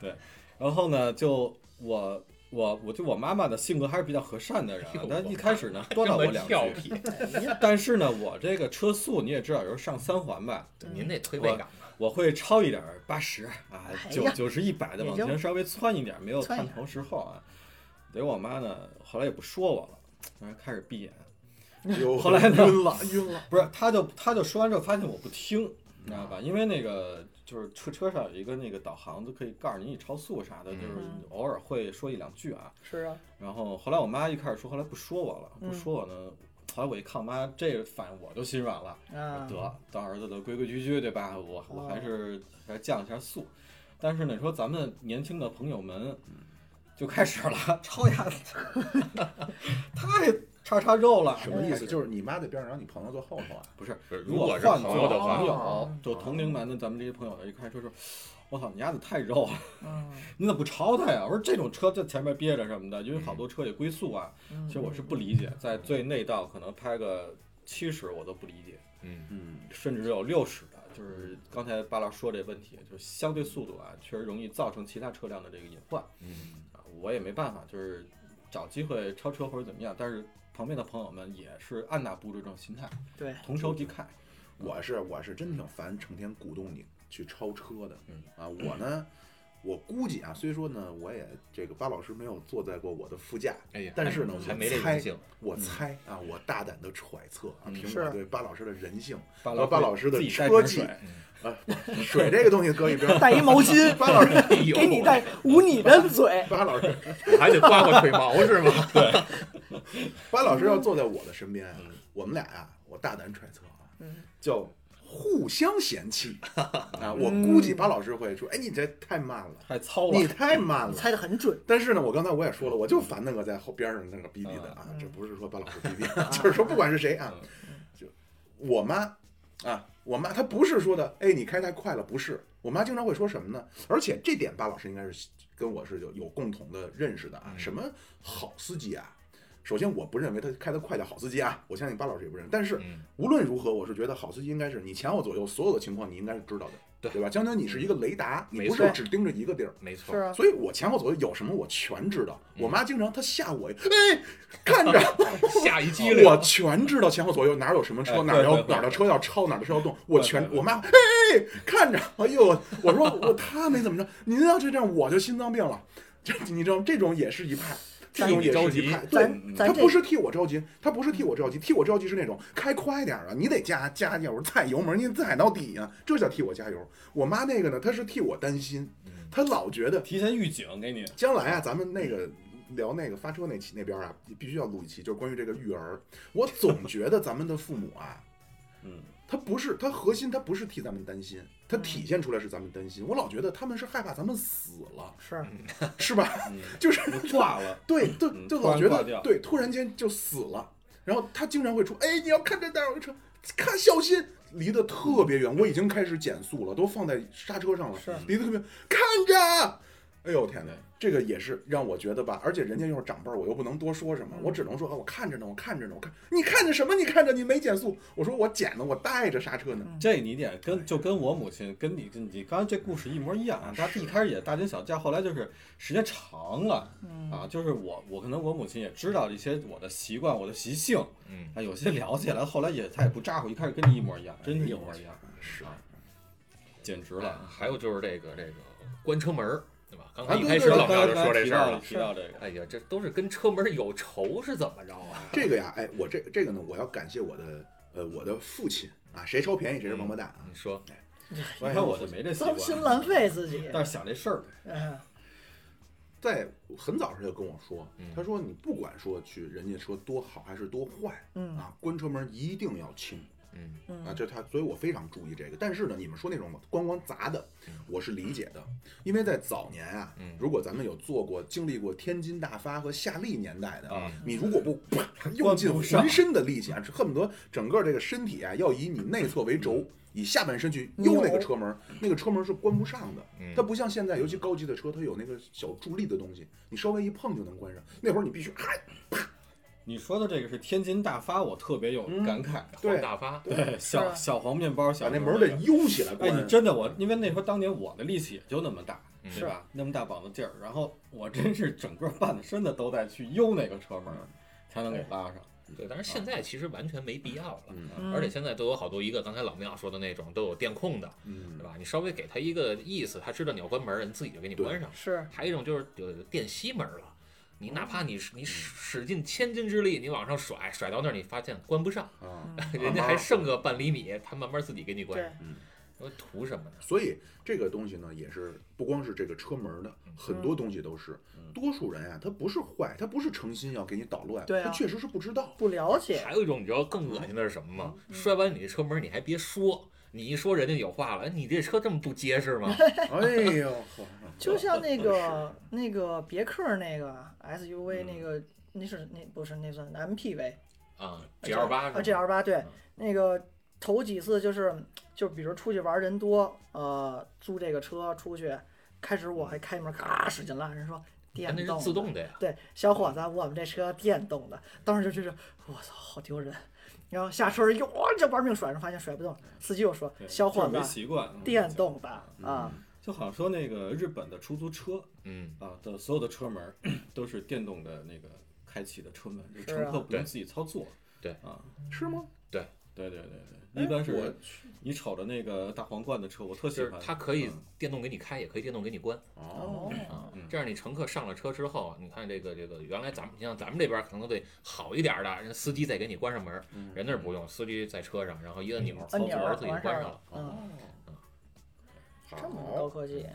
[SPEAKER 4] 对，然后呢，就我我我就我妈妈的性格还是比较和善的人啊
[SPEAKER 5] 哎呦，
[SPEAKER 4] 她一开始呢
[SPEAKER 5] 这
[SPEAKER 4] 叨叨
[SPEAKER 5] 么
[SPEAKER 4] 我两
[SPEAKER 5] 调
[SPEAKER 4] 句，
[SPEAKER 5] 皮，
[SPEAKER 6] 哎
[SPEAKER 4] 但是呢，我这个车速你也知道，有时候上三环吧，
[SPEAKER 5] 您那推背感嘛，
[SPEAKER 4] 我会超一点八十啊
[SPEAKER 6] 哎呀，
[SPEAKER 4] 九九十一百的
[SPEAKER 6] 也
[SPEAKER 4] 往
[SPEAKER 6] 就
[SPEAKER 4] 前稍微窜一点，没有
[SPEAKER 6] 窜一
[SPEAKER 4] 探
[SPEAKER 6] 点
[SPEAKER 4] 头时候啊。结果我妈呢，后来也不说我了，然后开始闭眼。
[SPEAKER 1] 有
[SPEAKER 4] 后来呢
[SPEAKER 1] 晕了，晕了。
[SPEAKER 4] 不是，她就她就说完之后发现我不听，你知道
[SPEAKER 6] 啊
[SPEAKER 4] 吧？因为那个就是车车上有一个那个导航，就可以告诉你你超速啥的，就是
[SPEAKER 6] 嗯
[SPEAKER 4] 偶尔会说一两句啊。
[SPEAKER 6] 是啊，
[SPEAKER 4] 然后后来我妈一开始说，后来不说我了，
[SPEAKER 6] 嗯
[SPEAKER 4] 不说我呢，后来我一看我妈这反应我就心软了。
[SPEAKER 6] 啊，哦
[SPEAKER 4] 得，当儿子的规规矩矩，对吧？我我还是还是降一下速，但是呢，说咱们年轻的朋友们
[SPEAKER 6] 嗯
[SPEAKER 4] 就开始了， 超压的，太叉叉肉了，
[SPEAKER 1] 什么意思？
[SPEAKER 4] 是
[SPEAKER 1] 就是你妈在边上，然后你朋友坐后头啊？
[SPEAKER 4] 不是？
[SPEAKER 5] 不是
[SPEAKER 4] 如
[SPEAKER 5] 如果是
[SPEAKER 4] 换
[SPEAKER 5] 朋友
[SPEAKER 4] 做
[SPEAKER 5] 的话
[SPEAKER 4] 朋友
[SPEAKER 1] 哦，
[SPEAKER 4] 啊就同龄男的，咱们这些朋友一开车说。我操，你丫的太肉了！
[SPEAKER 6] 嗯，
[SPEAKER 4] 你怎么不超他呀？我说这种车在前面憋着什么的，因为好多车也龟速啊。
[SPEAKER 6] 嗯
[SPEAKER 4] 其实我是不理解，在最内道可能拍个七十我都不理解。
[SPEAKER 5] 嗯，
[SPEAKER 1] 嗯，
[SPEAKER 4] 甚至有六十的，就是
[SPEAKER 6] 嗯
[SPEAKER 4] 刚才巴老师说这问题，就是相对速度啊，确实容易造成其他车辆的这个隐患
[SPEAKER 5] 嗯，
[SPEAKER 4] 啊。我也没办法，就是找机会超车或者怎么样，但是旁边的朋友们也是按捺不住这种心态，
[SPEAKER 6] 对，
[SPEAKER 4] 同仇敌忾。
[SPEAKER 1] 我是我是真挺烦成天鼓动你去超车的，
[SPEAKER 5] 嗯
[SPEAKER 1] 啊，我呢，我估计啊，虽说呢，我也这个巴老师没有坐在过我的副驾，
[SPEAKER 5] 哎呀，
[SPEAKER 1] 但是呢，
[SPEAKER 5] 还
[SPEAKER 1] 我
[SPEAKER 5] 没这
[SPEAKER 1] 猜
[SPEAKER 5] 荣幸，
[SPEAKER 1] 我猜啊，我大胆的揣测啊，
[SPEAKER 5] 嗯
[SPEAKER 1] 凭
[SPEAKER 6] 是
[SPEAKER 1] 我对巴老师的人性，
[SPEAKER 4] 巴
[SPEAKER 1] 和巴老师的
[SPEAKER 4] 自己带
[SPEAKER 1] 车
[SPEAKER 4] 瓶
[SPEAKER 1] 技
[SPEAKER 4] 水，
[SPEAKER 5] 嗯
[SPEAKER 1] 水这个东西搁一边儿，
[SPEAKER 6] 带一毛 巾，
[SPEAKER 1] 巴老师，
[SPEAKER 5] 哎呦
[SPEAKER 6] 给 你带捂你的嘴，
[SPEAKER 1] 巴老师，
[SPEAKER 5] 我还得刮刮腿毛是吗？
[SPEAKER 1] 巴老师要坐在我的身边啊，
[SPEAKER 5] 嗯
[SPEAKER 1] 我们俩啊，我大胆揣测啊，
[SPEAKER 6] 嗯
[SPEAKER 1] 叫互相嫌弃 啊，我估计巴老师会说，哎，你这太慢了，
[SPEAKER 4] 太糙
[SPEAKER 1] 你
[SPEAKER 4] 了。
[SPEAKER 1] 太慢 了，
[SPEAKER 6] 啊猜的很准。
[SPEAKER 1] 但是呢，我刚才我也
[SPEAKER 5] 嗯
[SPEAKER 1] 说了，我就烦那个在后边上那个逼逼的啊，这不是说巴老师逼逼，
[SPEAKER 5] 嗯
[SPEAKER 1] 就是说不管是谁啊，就我妈啊，我妈她不是说的，哎，你开太快了，不是，我妈经常会说什么呢？而且这点巴老师应该是跟我是有有共同的认识的啊，
[SPEAKER 5] 嗯
[SPEAKER 1] 什么好司机啊。首先，我不认为他开得快叫好司机啊，我相信巴老师也不认。但是
[SPEAKER 5] 嗯
[SPEAKER 1] 无论如何，我是觉得好司机应该是你前后左右所有的情况你应该是知道的，对
[SPEAKER 5] 对
[SPEAKER 1] 吧？相当于你是一个雷达，你
[SPEAKER 5] 没
[SPEAKER 1] 不是
[SPEAKER 5] 错
[SPEAKER 1] 只盯着一个地儿。
[SPEAKER 5] 没
[SPEAKER 6] 是
[SPEAKER 5] 错，
[SPEAKER 6] 啊，
[SPEAKER 1] 所以我前后左右有什么我全知道。
[SPEAKER 4] 嗯
[SPEAKER 1] 我妈经常她吓我，哎，看 着
[SPEAKER 5] 下一激灵，
[SPEAKER 1] 我全知道前后左右哪儿有什么车，
[SPEAKER 4] 哎
[SPEAKER 1] 哪儿要
[SPEAKER 4] 对对对
[SPEAKER 1] 哪儿的车要超，哪儿的车要动，我全
[SPEAKER 4] 对对
[SPEAKER 1] 我妈哎哎看着，哎呦，我我说我她没怎么着，您要是这样我就心脏病了，这你知道吗这种也是一派。这种也是一派，对，
[SPEAKER 6] 咱
[SPEAKER 1] 他
[SPEAKER 6] 咱这
[SPEAKER 1] 不是替我着急，他不是替我着急，替我着急是那种开快点儿啊，你得加加油，踩油门，你得踩到底啊，这叫替我加油。我妈那个呢，她是替我担心，
[SPEAKER 4] 嗯
[SPEAKER 1] 她老觉得
[SPEAKER 4] 提前预警给你，
[SPEAKER 1] 将来啊，咱们那个聊那个发车那期那边啊，必须要录一期，就是关于这个育儿。我总觉得咱们的父母啊，
[SPEAKER 4] 嗯，
[SPEAKER 1] 他不是他核心，他不是替咱们担心，他体现出来是咱们担心。我老觉得他们是害怕咱们死了，
[SPEAKER 6] 是
[SPEAKER 1] 是吧？
[SPEAKER 4] 嗯
[SPEAKER 1] 就是
[SPEAKER 4] 你挂了，
[SPEAKER 1] 对，就
[SPEAKER 4] 嗯
[SPEAKER 1] 就
[SPEAKER 4] 突然
[SPEAKER 1] 老觉
[SPEAKER 4] 挂掉
[SPEAKER 1] 得对，突然间就死了。然后他经常会说：“哎，你要看这道儿有一车，看小心。”离得特别远，我已经开始减速了，都放在刹车上了，
[SPEAKER 6] 是
[SPEAKER 1] 离得特别，看着。哎呦天哪
[SPEAKER 4] 对，
[SPEAKER 1] 这个也是让我觉得吧，而且人家又是长辈儿，我又不能多说什么，
[SPEAKER 6] 嗯
[SPEAKER 1] 我只能说啊，我看着呢，我看着呢，我看你看着什么？你看着你没减速，我说我减呢，我带着刹车
[SPEAKER 6] 嗯
[SPEAKER 1] 呢。
[SPEAKER 4] 这你得跟就跟我母亲跟你你刚才这故事一模一样啊，大家一开始也大惊小叫，后来就是时间长了
[SPEAKER 6] 嗯
[SPEAKER 4] 啊，就是我我可能我母亲也知道一些我的习惯我的习性
[SPEAKER 5] 嗯，
[SPEAKER 4] 啊，有些了解了，后来也她也不咋呼，一开始跟你一模一样，真一模一样，
[SPEAKER 1] 是
[SPEAKER 4] 啊简直
[SPEAKER 5] 是吧？
[SPEAKER 4] 了。
[SPEAKER 5] 还有就是这个这个关车门儿，对吧？刚
[SPEAKER 1] 啊
[SPEAKER 5] 才啊一
[SPEAKER 1] 对
[SPEAKER 5] 开
[SPEAKER 1] 对
[SPEAKER 5] 始
[SPEAKER 1] 对
[SPEAKER 5] 老
[SPEAKER 4] 刚
[SPEAKER 5] 苗
[SPEAKER 4] 才
[SPEAKER 5] 就
[SPEAKER 4] 刚
[SPEAKER 5] 说
[SPEAKER 4] 才
[SPEAKER 5] 这
[SPEAKER 4] 提
[SPEAKER 5] 事儿
[SPEAKER 4] 到
[SPEAKER 5] 了
[SPEAKER 4] 提到这个，
[SPEAKER 5] 哎呀，这都是跟车门有仇是怎么着啊？
[SPEAKER 1] 这个呀，哎，我这这个呢，我要感谢我的呃我的父亲啊，谁抽便宜谁是王八蛋啊。
[SPEAKER 5] 你说
[SPEAKER 4] 你看我就没这习
[SPEAKER 6] 脏心
[SPEAKER 4] 惯，
[SPEAKER 6] 烂肺自己。
[SPEAKER 4] 但是想这事儿，
[SPEAKER 6] 嗯，
[SPEAKER 1] 在很早时候就跟我说
[SPEAKER 5] 嗯，
[SPEAKER 1] 他说你不管说去人家说多好还是多坏，
[SPEAKER 6] 嗯
[SPEAKER 1] 啊，关车门一定要轻，
[SPEAKER 5] 嗯，
[SPEAKER 1] 啊，这他，所以我非常注意这个。但是呢，你们说那种咣咣砸的，我是理解的，因为在早年啊
[SPEAKER 5] 嗯，
[SPEAKER 1] 如果咱们有做过经历过天津大发和夏利年代的
[SPEAKER 5] 啊，
[SPEAKER 1] 你如果不啪用尽
[SPEAKER 4] 关不上
[SPEAKER 1] 浑身的力气啊，恨不得整个这个身体啊要以你内侧为
[SPEAKER 5] 嗯
[SPEAKER 1] 轴。以下半身去悠那个车门，那个车门是关不上的。
[SPEAKER 5] 嗯
[SPEAKER 1] 它不像现在，尤其高级的车，它有那个小助力的东西，你稍微一碰就能关上。那会儿你必须嗨，
[SPEAKER 4] 你说的这个是天津大发，我特别有
[SPEAKER 5] 嗯
[SPEAKER 4] 感慨。
[SPEAKER 5] 黄
[SPEAKER 1] 对，
[SPEAKER 5] 大发，
[SPEAKER 4] 对，小小黄面包，小
[SPEAKER 1] 把那
[SPEAKER 4] 时候
[SPEAKER 1] 门儿得悠起来
[SPEAKER 4] 哎，
[SPEAKER 1] 关。
[SPEAKER 4] 你真的我，因为那时候当年我的力气也就那么大，
[SPEAKER 5] 嗯
[SPEAKER 4] 对吧？那么大膀子劲儿，然后我真是整个半个身子都在去悠那个车门儿，才能给拉上。
[SPEAKER 5] 对，但是现在其实完全没必要了。
[SPEAKER 1] 嗯
[SPEAKER 6] 嗯
[SPEAKER 5] 而且现在都有好多一个刚才老妙说的那种都有电控的，
[SPEAKER 1] 嗯
[SPEAKER 5] 对，吧？你稍微给他一个意思，他知道你要关门儿，人自己就给你关上。
[SPEAKER 6] 是
[SPEAKER 5] 还有一种就是有电吸门了，你哪怕你使
[SPEAKER 1] 嗯
[SPEAKER 5] 你使尽千斤之力，你往上甩，甩到那儿你发现关不上，
[SPEAKER 1] 啊。
[SPEAKER 5] 人家还剩个半厘米，他慢慢自己给你关
[SPEAKER 6] 嗯对
[SPEAKER 5] 上，，
[SPEAKER 1] 嗯
[SPEAKER 5] 我图什么呢？
[SPEAKER 1] 所以这个东西呢，也是不光是这个车门的，
[SPEAKER 6] 嗯
[SPEAKER 1] 很多东西都是。多数人啊，他不是坏，他不是诚心要给你捣乱，
[SPEAKER 6] 对啊
[SPEAKER 1] 他确实是不知 道。
[SPEAKER 6] 不了解，
[SPEAKER 5] 还有一种你知道更恶心的是什么吗？摔完你的车门，你还别说，你一说人家有话了，哎你这车这么不结实吗？
[SPEAKER 1] 哎呦，呵
[SPEAKER 6] 就像那个那个别克那个 SUV 那个，那是那不是那算 MPV
[SPEAKER 5] 啊，G L 八
[SPEAKER 6] 啊 G L 八对，那个头几次就是就比如出去玩人多，呃，租这个车出去，开始我还开门咔使劲拉，人说电
[SPEAKER 5] 那
[SPEAKER 6] 动
[SPEAKER 5] 是
[SPEAKER 6] 的
[SPEAKER 5] 自动的呀。
[SPEAKER 6] 对，小伙子，我们这车电动的，当时就觉得我操，好丢人。然后下车儿又哇就玩命甩，然后发现甩不动，司机又说
[SPEAKER 4] 对
[SPEAKER 6] 小伙
[SPEAKER 4] 就是没
[SPEAKER 6] 子
[SPEAKER 4] 习惯嗯
[SPEAKER 6] 电动吧啊，
[SPEAKER 4] 就好像说那个日本的出租车
[SPEAKER 5] 嗯，
[SPEAKER 4] 啊的所有的车门儿都是电动的那个开启的车门，就是
[SPEAKER 6] 啊
[SPEAKER 4] 乘客不
[SPEAKER 5] 对
[SPEAKER 4] 用自己操作。
[SPEAKER 5] 对
[SPEAKER 4] 啊，
[SPEAKER 1] 是吗？
[SPEAKER 4] 对对对
[SPEAKER 6] 哎
[SPEAKER 4] 对，一般
[SPEAKER 1] 我
[SPEAKER 4] 是你瞅着那个大皇冠的车，我特喜
[SPEAKER 5] 就是
[SPEAKER 4] 欢。
[SPEAKER 5] 它可以
[SPEAKER 4] 嗯
[SPEAKER 5] 电动给你开，也可以电动给你关
[SPEAKER 1] 哦，
[SPEAKER 6] 哦，
[SPEAKER 5] 啊
[SPEAKER 4] 嗯。
[SPEAKER 5] 这样你乘客上了车之后，你看这个这个，原来咱们你像咱们这边可能得好一点的，人司机再给你关上门儿，人那儿不用，司机在车上，然后一按钮，操作
[SPEAKER 6] 按钮
[SPEAKER 5] 门
[SPEAKER 6] 儿
[SPEAKER 5] 儿自己
[SPEAKER 6] 完
[SPEAKER 5] 关
[SPEAKER 6] 事儿
[SPEAKER 5] 上
[SPEAKER 6] 了
[SPEAKER 5] 了。，
[SPEAKER 1] 哦
[SPEAKER 6] 嗯，这么
[SPEAKER 1] 好
[SPEAKER 6] 高科技，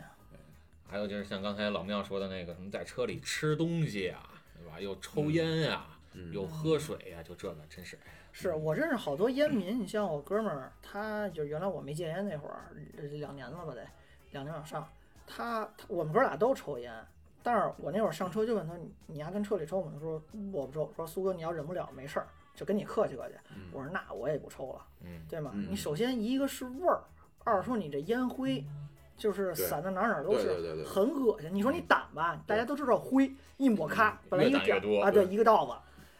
[SPEAKER 5] 还有就是像刚才老庙说的那个什么，在车里吃东西啊，对吧？又抽烟啊呀、
[SPEAKER 1] 嗯
[SPEAKER 5] 又喝水呀、就这个真是
[SPEAKER 6] 是我认识好多烟民，你像我哥们儿，他就是原来我没戒烟那会儿，呃两年了吧得，两年往上，他他我们哥俩都抽烟，但是我那会儿上车就问他，你你丫跟车里抽吗？他说我不抽，说苏哥你要忍不了没事儿，就跟你客气客气。
[SPEAKER 1] 嗯
[SPEAKER 6] 我说那我也不抽了，
[SPEAKER 5] 嗯
[SPEAKER 6] 对吗？
[SPEAKER 1] 嗯
[SPEAKER 6] 你首先一个是味儿，二说你这烟灰，就是
[SPEAKER 1] 对
[SPEAKER 6] 散到哪儿哪儿都
[SPEAKER 1] 对
[SPEAKER 6] 是，
[SPEAKER 1] 对对对，
[SPEAKER 6] 很恶心。你说你掸吧，大家都知道灰一抹
[SPEAKER 1] 嗯
[SPEAKER 6] 咔，本来一
[SPEAKER 5] 越
[SPEAKER 6] 个
[SPEAKER 5] 掸
[SPEAKER 6] 点
[SPEAKER 5] 越多
[SPEAKER 6] 儿啊，对，一个道子
[SPEAKER 1] 哦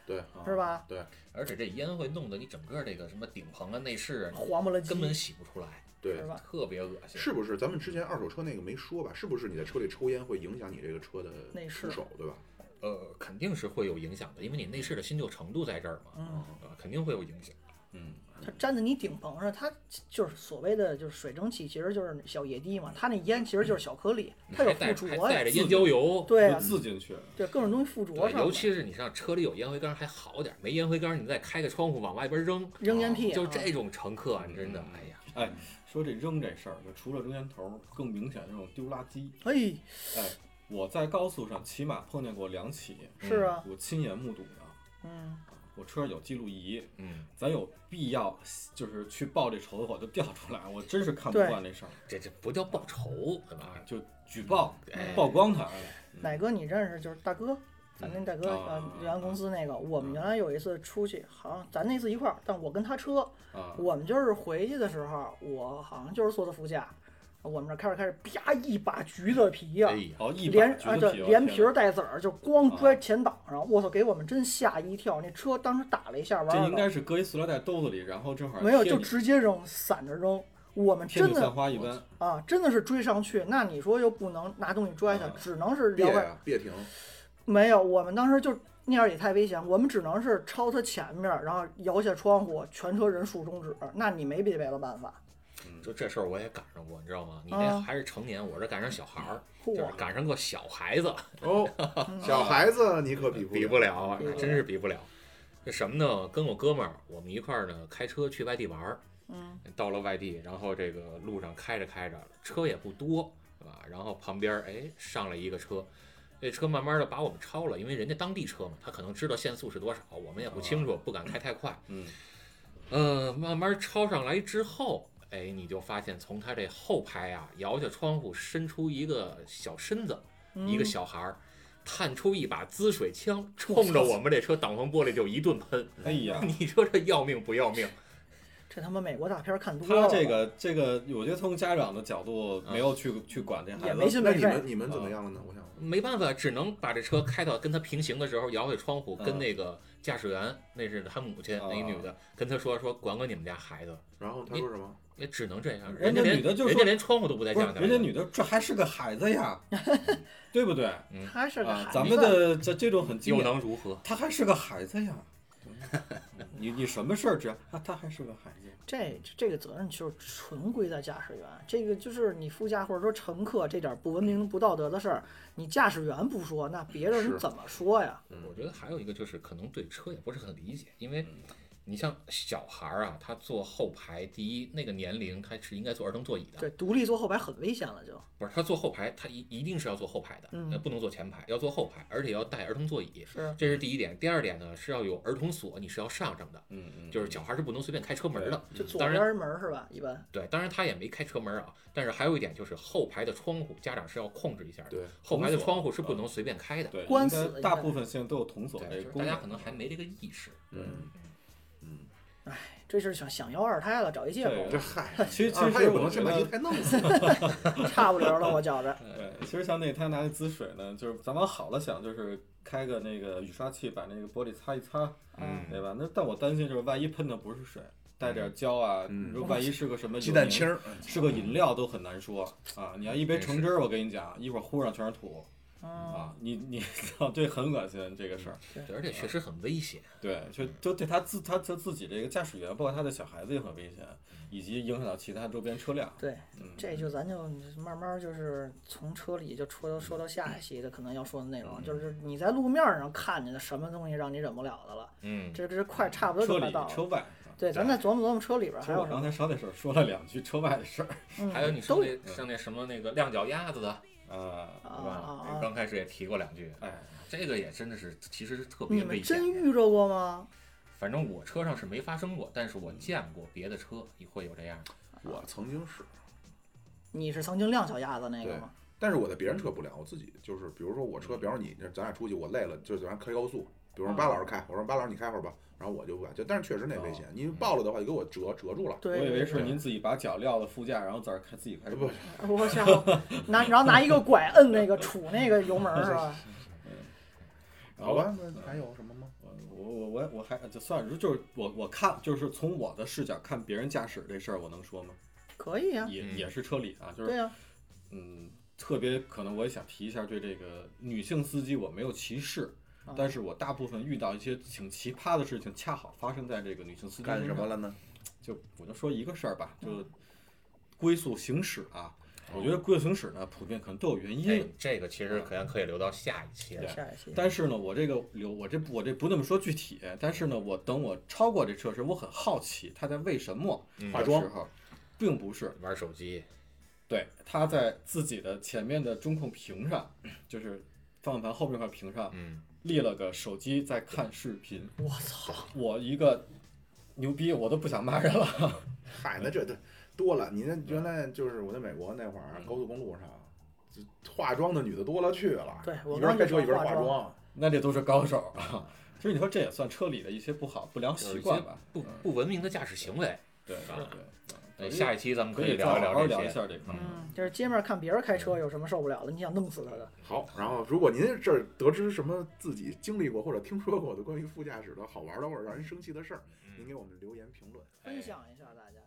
[SPEAKER 4] 啊
[SPEAKER 6] 是吧？
[SPEAKER 5] 而且这烟会弄得你整个这个什么顶棚啊、内饰啊，
[SPEAKER 6] 黄不了唧，
[SPEAKER 5] 根本洗不出来，
[SPEAKER 1] 对
[SPEAKER 6] 嗯是。吧？
[SPEAKER 5] 特别恶心。
[SPEAKER 1] 是不是咱们之前二手车那个没说吧？是不是你在车里抽烟会影响你这个车的
[SPEAKER 6] 内饰
[SPEAKER 1] 出手，对吧？
[SPEAKER 5] 呃，肯定是会有影响的，因为你内饰的新旧程度在这儿嘛，
[SPEAKER 6] 嗯，
[SPEAKER 5] 呃，肯定会有影响。
[SPEAKER 4] 嗯，
[SPEAKER 6] 它粘在你顶棚上，它就是所谓的就是水蒸气，其实就是小野滴嘛。它那烟其实就是小颗粒，
[SPEAKER 5] 你
[SPEAKER 6] 它有
[SPEAKER 5] 嗯还
[SPEAKER 6] 附
[SPEAKER 5] 带
[SPEAKER 6] 着
[SPEAKER 5] 还带
[SPEAKER 6] 呀，
[SPEAKER 5] 着烟焦油，
[SPEAKER 6] 对
[SPEAKER 1] 嗯
[SPEAKER 4] 就
[SPEAKER 6] 啊，
[SPEAKER 4] 自进去，
[SPEAKER 6] 对各种东西附着
[SPEAKER 5] 对，
[SPEAKER 6] 上
[SPEAKER 5] 尤
[SPEAKER 6] 了，
[SPEAKER 5] 其是你像车里有烟灰缸还好点儿，没烟灰缸你再开个窗户往外边扔，
[SPEAKER 6] 扔烟屁，
[SPEAKER 5] 哦就
[SPEAKER 6] 啊
[SPEAKER 5] 这种乘客，你真的
[SPEAKER 4] 嗯，
[SPEAKER 5] 哎呀，
[SPEAKER 4] 说这扔这事儿，就除了扔烟头，更明显的这种丢垃圾。
[SPEAKER 6] 哎，
[SPEAKER 4] 我在高速上起码碰见过两起，
[SPEAKER 6] 是啊，
[SPEAKER 4] 我亲眼目睹的。
[SPEAKER 6] 嗯，
[SPEAKER 4] 我车上有记录仪，
[SPEAKER 5] 嗯，
[SPEAKER 4] 咱有必要就是去报这仇的话，就调出来。我真是看不
[SPEAKER 6] 对
[SPEAKER 4] 惯这事儿，
[SPEAKER 5] 这这不叫报仇，对
[SPEAKER 4] 啊
[SPEAKER 5] 吧？
[SPEAKER 4] 就举报，
[SPEAKER 5] 哎，
[SPEAKER 4] 曝光他。
[SPEAKER 6] 奶哥你认识就是大哥，咱那大哥
[SPEAKER 4] 嗯
[SPEAKER 6] 呃
[SPEAKER 4] 啊，
[SPEAKER 6] 原来公司那个，我们原来有一次出去，好像咱那次一块儿，但我跟他车，
[SPEAKER 4] 啊，
[SPEAKER 6] 我们就是回去的时候，我好像就是坐的副驾，我们这开着开着，啪一把橘子皮呀、
[SPEAKER 5] 哎呀，
[SPEAKER 4] 哦，一把
[SPEAKER 6] 连
[SPEAKER 4] 橘
[SPEAKER 6] 啊
[SPEAKER 4] 子
[SPEAKER 6] 对
[SPEAKER 4] 皮，我
[SPEAKER 6] 连
[SPEAKER 4] 天
[SPEAKER 6] 皮
[SPEAKER 4] 哪哦
[SPEAKER 6] 儿带籽儿，就光拽前挡上，我操，给我们真吓一跳。那车当时打了一下，完
[SPEAKER 4] 这
[SPEAKER 6] 了
[SPEAKER 4] 应该是搁一塑料袋兜子里，然后正好
[SPEAKER 6] 没有，
[SPEAKER 4] 贴
[SPEAKER 6] 就
[SPEAKER 4] 你
[SPEAKER 6] 直接扔，散着扔。我们
[SPEAKER 4] 贴
[SPEAKER 6] 真
[SPEAKER 4] 你散
[SPEAKER 6] 的
[SPEAKER 4] 花一般，
[SPEAKER 6] 啊，真的是追上去，那你说又不能拿东西拽它
[SPEAKER 4] 啊，
[SPEAKER 6] 只能是
[SPEAKER 1] 别
[SPEAKER 6] 聊外。
[SPEAKER 1] 呀，别 停，
[SPEAKER 6] 没有，我们当时就那样也太危险，我们只能是超它前面，然后摇下窗户，全车人竖中指。那你没别的办法，
[SPEAKER 5] 就这事儿我也赶上过，你知道吗？你
[SPEAKER 6] 啊
[SPEAKER 5] 那还是成年，我这赶上小孩儿，就是
[SPEAKER 6] 嚯，
[SPEAKER 5] 赶上个小孩子，
[SPEAKER 1] 哦，
[SPEAKER 6] 嗯
[SPEAKER 1] 小孩子你可比不
[SPEAKER 5] 比不了啊，
[SPEAKER 6] 比不了
[SPEAKER 5] 真是比不了。这什么呢？跟我哥们儿，我们一块儿呢开车去外地玩儿，
[SPEAKER 6] 嗯，
[SPEAKER 5] 到了外地，然后这个路上开着开着，车也不多，对吧？然后旁边儿哎上来一个车，这车慢慢的把我们超了，因为人家当地车嘛，他可能知道限速是多少，我们也不清楚，不敢开太快。
[SPEAKER 4] 嗯，
[SPEAKER 5] 呃，慢慢超上来之后，哎，你就发现从他这后排啊，摇下窗户伸出一个小身子，一个
[SPEAKER 6] 嗯
[SPEAKER 5] 小孩儿，探出一把滋水枪，冲着嗯我们这车挡风玻璃就一顿喷。，
[SPEAKER 4] 哎 呀
[SPEAKER 5] 你说这要命不要命？
[SPEAKER 6] 这他妈美国大片看多
[SPEAKER 4] 他
[SPEAKER 6] 了，
[SPEAKER 4] 这个这个，我觉得从家长的角度
[SPEAKER 5] 啊
[SPEAKER 4] 没有去去管这
[SPEAKER 6] 也
[SPEAKER 4] 孩
[SPEAKER 6] 没
[SPEAKER 4] 子，
[SPEAKER 6] 心
[SPEAKER 1] 那
[SPEAKER 6] 没
[SPEAKER 1] 你
[SPEAKER 6] 肺。
[SPEAKER 1] 们你们怎么样了呢？我想问，
[SPEAKER 5] 没办法，只能把这车开到跟他平行的时候，摇下窗户，
[SPEAKER 4] 嗯
[SPEAKER 5] 跟那个驾驶员，那是他母亲，
[SPEAKER 4] 啊
[SPEAKER 5] 那一女的，跟他说说管管你们家孩子，
[SPEAKER 1] 然后他说什么？
[SPEAKER 5] 也只能这样。
[SPEAKER 4] 人
[SPEAKER 5] 人
[SPEAKER 4] 家
[SPEAKER 5] 家连
[SPEAKER 4] 女的就说
[SPEAKER 5] 人家连窗户都不带
[SPEAKER 4] 不
[SPEAKER 5] 降
[SPEAKER 4] 是
[SPEAKER 5] 下来的，
[SPEAKER 4] 人家女的，这还是个孩 子呀，对不对？
[SPEAKER 6] 还是个孩
[SPEAKER 4] 啊
[SPEAKER 6] 子，，
[SPEAKER 4] 咱们的这这种很经
[SPEAKER 5] 又
[SPEAKER 4] 典，
[SPEAKER 5] 能如何？
[SPEAKER 4] 他还是个孩子呀， 你你什么事儿只要啊，他还是个孩子，
[SPEAKER 6] 这这个责任就是纯归在驾驶员，这个就是你副驾或者说乘客这点不文明不道德的事儿，你驾驶员不说，那别人
[SPEAKER 1] 是
[SPEAKER 6] 怎么说呀？
[SPEAKER 5] 我觉得还有一个就是可能对车也不是很理解，因
[SPEAKER 4] 嗯
[SPEAKER 5] 为你像小孩儿啊，他坐后排，第一那个年龄他是应该坐儿童座椅的，
[SPEAKER 6] 对，独立坐后排很危险了就，
[SPEAKER 5] 不是他坐后排，他一一定是要坐后排的，
[SPEAKER 6] 嗯
[SPEAKER 5] 呃不能坐前排，要坐后排，而且要带儿童座椅，
[SPEAKER 4] 嗯
[SPEAKER 6] 是
[SPEAKER 5] 这是第一点。第二点呢是要有儿童锁，你是要上上的，
[SPEAKER 4] 嗯嗯，
[SPEAKER 5] 就是小孩儿是不能随便开车门的。
[SPEAKER 6] 就左
[SPEAKER 5] 当然
[SPEAKER 6] 边门是吧？一般
[SPEAKER 5] 对，当然他也没开车门啊，但是还有一点就是后排的窗户，家长是要控制一下的，
[SPEAKER 1] 对，
[SPEAKER 5] 后排的
[SPEAKER 4] 童锁
[SPEAKER 5] 窗户是不
[SPEAKER 4] 啊
[SPEAKER 5] 能随便开的。
[SPEAKER 4] 对，
[SPEAKER 6] 官司
[SPEAKER 4] 应该大部分现在都有童锁哎
[SPEAKER 5] 对，
[SPEAKER 4] 这
[SPEAKER 5] 就是
[SPEAKER 4] 功
[SPEAKER 5] 大
[SPEAKER 4] 能，
[SPEAKER 5] 家可能还没这个意识。
[SPEAKER 1] 嗯
[SPEAKER 6] 这是想想要二胎了，找一借口，
[SPEAKER 1] 这嗨，
[SPEAKER 4] 其实其
[SPEAKER 1] 二胎
[SPEAKER 4] 实
[SPEAKER 1] 也不
[SPEAKER 4] 我
[SPEAKER 1] 能
[SPEAKER 4] 觉
[SPEAKER 1] 先把一
[SPEAKER 4] 得，
[SPEAKER 1] 胎弄死。
[SPEAKER 6] 差不离儿了，我觉着。
[SPEAKER 5] 呃
[SPEAKER 4] 对，其实像那他拿那滋水呢，就是咱往好了想，就是开个那个雨刷器把那个玻璃擦一擦，
[SPEAKER 5] 嗯
[SPEAKER 4] 对吧？那但我担心就是万一喷的不是水，带点胶啊，
[SPEAKER 1] 嗯
[SPEAKER 4] 如果万一是个什么
[SPEAKER 1] 鸡
[SPEAKER 4] 有
[SPEAKER 1] 蛋
[SPEAKER 4] 名
[SPEAKER 1] 清儿，
[SPEAKER 4] 是个饮料都很难说啊！你要一杯橙汁儿，我跟你讲，一会儿呼上全是土
[SPEAKER 6] 嗯，
[SPEAKER 4] 啊！你 你这很恶心这个事儿。
[SPEAKER 5] 对，而且确实很危险。
[SPEAKER 4] 对，就就对他自他他自己这个驾驶员，包括他的小孩子也很危险，以及影响到其他周边车辆。
[SPEAKER 6] 对，
[SPEAKER 4] 嗯，
[SPEAKER 6] 这就咱就慢慢就是从车里就说到说到下一期的可能要说的内
[SPEAKER 4] 嗯
[SPEAKER 6] 容，就是你在路面上看见的什么东西让你忍不了的了，
[SPEAKER 5] 嗯，
[SPEAKER 6] 这这快差不多
[SPEAKER 4] 车
[SPEAKER 6] 就快
[SPEAKER 4] 里
[SPEAKER 6] 到
[SPEAKER 4] 车
[SPEAKER 6] 了。
[SPEAKER 4] 外。啊
[SPEAKER 6] 对，咱再琢磨琢磨车里边
[SPEAKER 4] 其实
[SPEAKER 6] 还
[SPEAKER 4] 我
[SPEAKER 6] 有什
[SPEAKER 4] 刚
[SPEAKER 6] 么，
[SPEAKER 4] 才捎带手说了两句车外的事儿
[SPEAKER 6] 嗯
[SPEAKER 5] 还有你
[SPEAKER 6] 都
[SPEAKER 5] 说那像那什么那个晾脚丫子的，
[SPEAKER 4] 啊，
[SPEAKER 5] 是
[SPEAKER 6] 啊
[SPEAKER 5] 吧
[SPEAKER 6] 啊？啊！
[SPEAKER 5] 刚开始也提过两句，
[SPEAKER 4] 哎，
[SPEAKER 5] 这个也真的是其实是特
[SPEAKER 6] 你
[SPEAKER 5] 别
[SPEAKER 6] 们
[SPEAKER 5] 危
[SPEAKER 6] 真
[SPEAKER 5] 险的。
[SPEAKER 6] 遇着过吗？
[SPEAKER 5] 反正我车上是没发生过，但是我见过别的车也会有这样的。
[SPEAKER 1] 我曾经是，
[SPEAKER 6] 你是曾经晾小鸭子那个
[SPEAKER 1] 对
[SPEAKER 6] 吗？
[SPEAKER 1] 但是我在别人车不聊，我自己就是，比如说我车，比方说你，咱俩出去，我累了，就是咱开高速，比如说巴老师开，我说巴老师你开会儿吧，然后我就把，就但是确实那危险，你爆了的话就给我折折住了，
[SPEAKER 4] 我
[SPEAKER 6] 对，
[SPEAKER 4] 以为是
[SPEAKER 1] 对
[SPEAKER 4] 您自己把脚撂到副驾，然后在这儿开自己开车
[SPEAKER 1] 哎不。
[SPEAKER 6] 我想拿，然后拿一个拐摁那个杵那个油门儿是 吧？
[SPEAKER 4] 然
[SPEAKER 1] 好
[SPEAKER 4] 后
[SPEAKER 1] 吧，那你还有什么吗？
[SPEAKER 4] 我我我我还就算了，就是我我看就是从我的视角看别人驾驶这事儿，我能说吗？
[SPEAKER 6] 可以呀，
[SPEAKER 4] 也
[SPEAKER 5] 嗯
[SPEAKER 4] 也是车里啊，就是
[SPEAKER 6] 对呀，
[SPEAKER 4] 嗯，特别可能我也想提一下，对这个女性司机我没有歧视
[SPEAKER 6] 啊，
[SPEAKER 4] 但是我大部分遇到一些挺奇葩的事情，恰好发生在这个女性司机
[SPEAKER 1] 干
[SPEAKER 4] 身
[SPEAKER 1] 什么啊
[SPEAKER 4] 上。
[SPEAKER 1] 了呢？
[SPEAKER 4] 就我就说一个事儿吧，就龟速行驶啊，我觉得龟速行驶呢，普遍可能都有原因
[SPEAKER 5] 哎。，这个其实可能可以留到下一期了。
[SPEAKER 6] 下一期。
[SPEAKER 4] 但是呢，我这个留我这我这不那么说具体，但是呢，我等我超过这车时，我很好奇他在为什么
[SPEAKER 5] 嗯
[SPEAKER 4] 的
[SPEAKER 1] 化妆
[SPEAKER 4] 时候，并不是
[SPEAKER 5] 玩手机，
[SPEAKER 4] 对他在自己的前面的中控屏上，就是方向盘后面那块屏上
[SPEAKER 5] 嗯，
[SPEAKER 4] 立了个手机在看视频。
[SPEAKER 6] 我操，
[SPEAKER 4] 我一个牛逼，我都不想骂人了。
[SPEAKER 1] 嗨，那这
[SPEAKER 6] 嗯
[SPEAKER 1] 这多了，你那原来就是我在美国那会儿，啊高速公路上。就化妆的女的多了去了，
[SPEAKER 6] 对我
[SPEAKER 1] 一边
[SPEAKER 6] 刚就
[SPEAKER 1] 开车一边
[SPEAKER 6] 说化
[SPEAKER 1] 化
[SPEAKER 6] 妆
[SPEAKER 1] 妆，
[SPEAKER 4] 那这都是高手啊！其实你说这也算车里的一些不好不良
[SPEAKER 5] 有
[SPEAKER 4] 习
[SPEAKER 5] 一
[SPEAKER 4] 惯
[SPEAKER 5] 些
[SPEAKER 4] 吧？
[SPEAKER 5] 不不文明的驾驶行为。
[SPEAKER 4] 对
[SPEAKER 5] 吧
[SPEAKER 4] 对对
[SPEAKER 5] 对，
[SPEAKER 4] 嗯，
[SPEAKER 5] 下一期咱们
[SPEAKER 4] 可
[SPEAKER 5] 以
[SPEAKER 4] 以再
[SPEAKER 5] 聊
[SPEAKER 4] 好好
[SPEAKER 5] 聊
[SPEAKER 4] 聊
[SPEAKER 5] 这
[SPEAKER 4] 一
[SPEAKER 5] 些。
[SPEAKER 4] 下这块儿。
[SPEAKER 6] 嗯，就是街面看别人开车有什么受不了的，你想弄死他的。
[SPEAKER 1] 好，然后如果您这儿得知什么自己经历过或者听
[SPEAKER 6] 嗯
[SPEAKER 5] 嗯
[SPEAKER 4] 嗯
[SPEAKER 1] 说过的关于副驾驶的好玩的或者让人生气的事儿，您给我们留言评论。
[SPEAKER 5] 哎
[SPEAKER 6] 分享一下大家。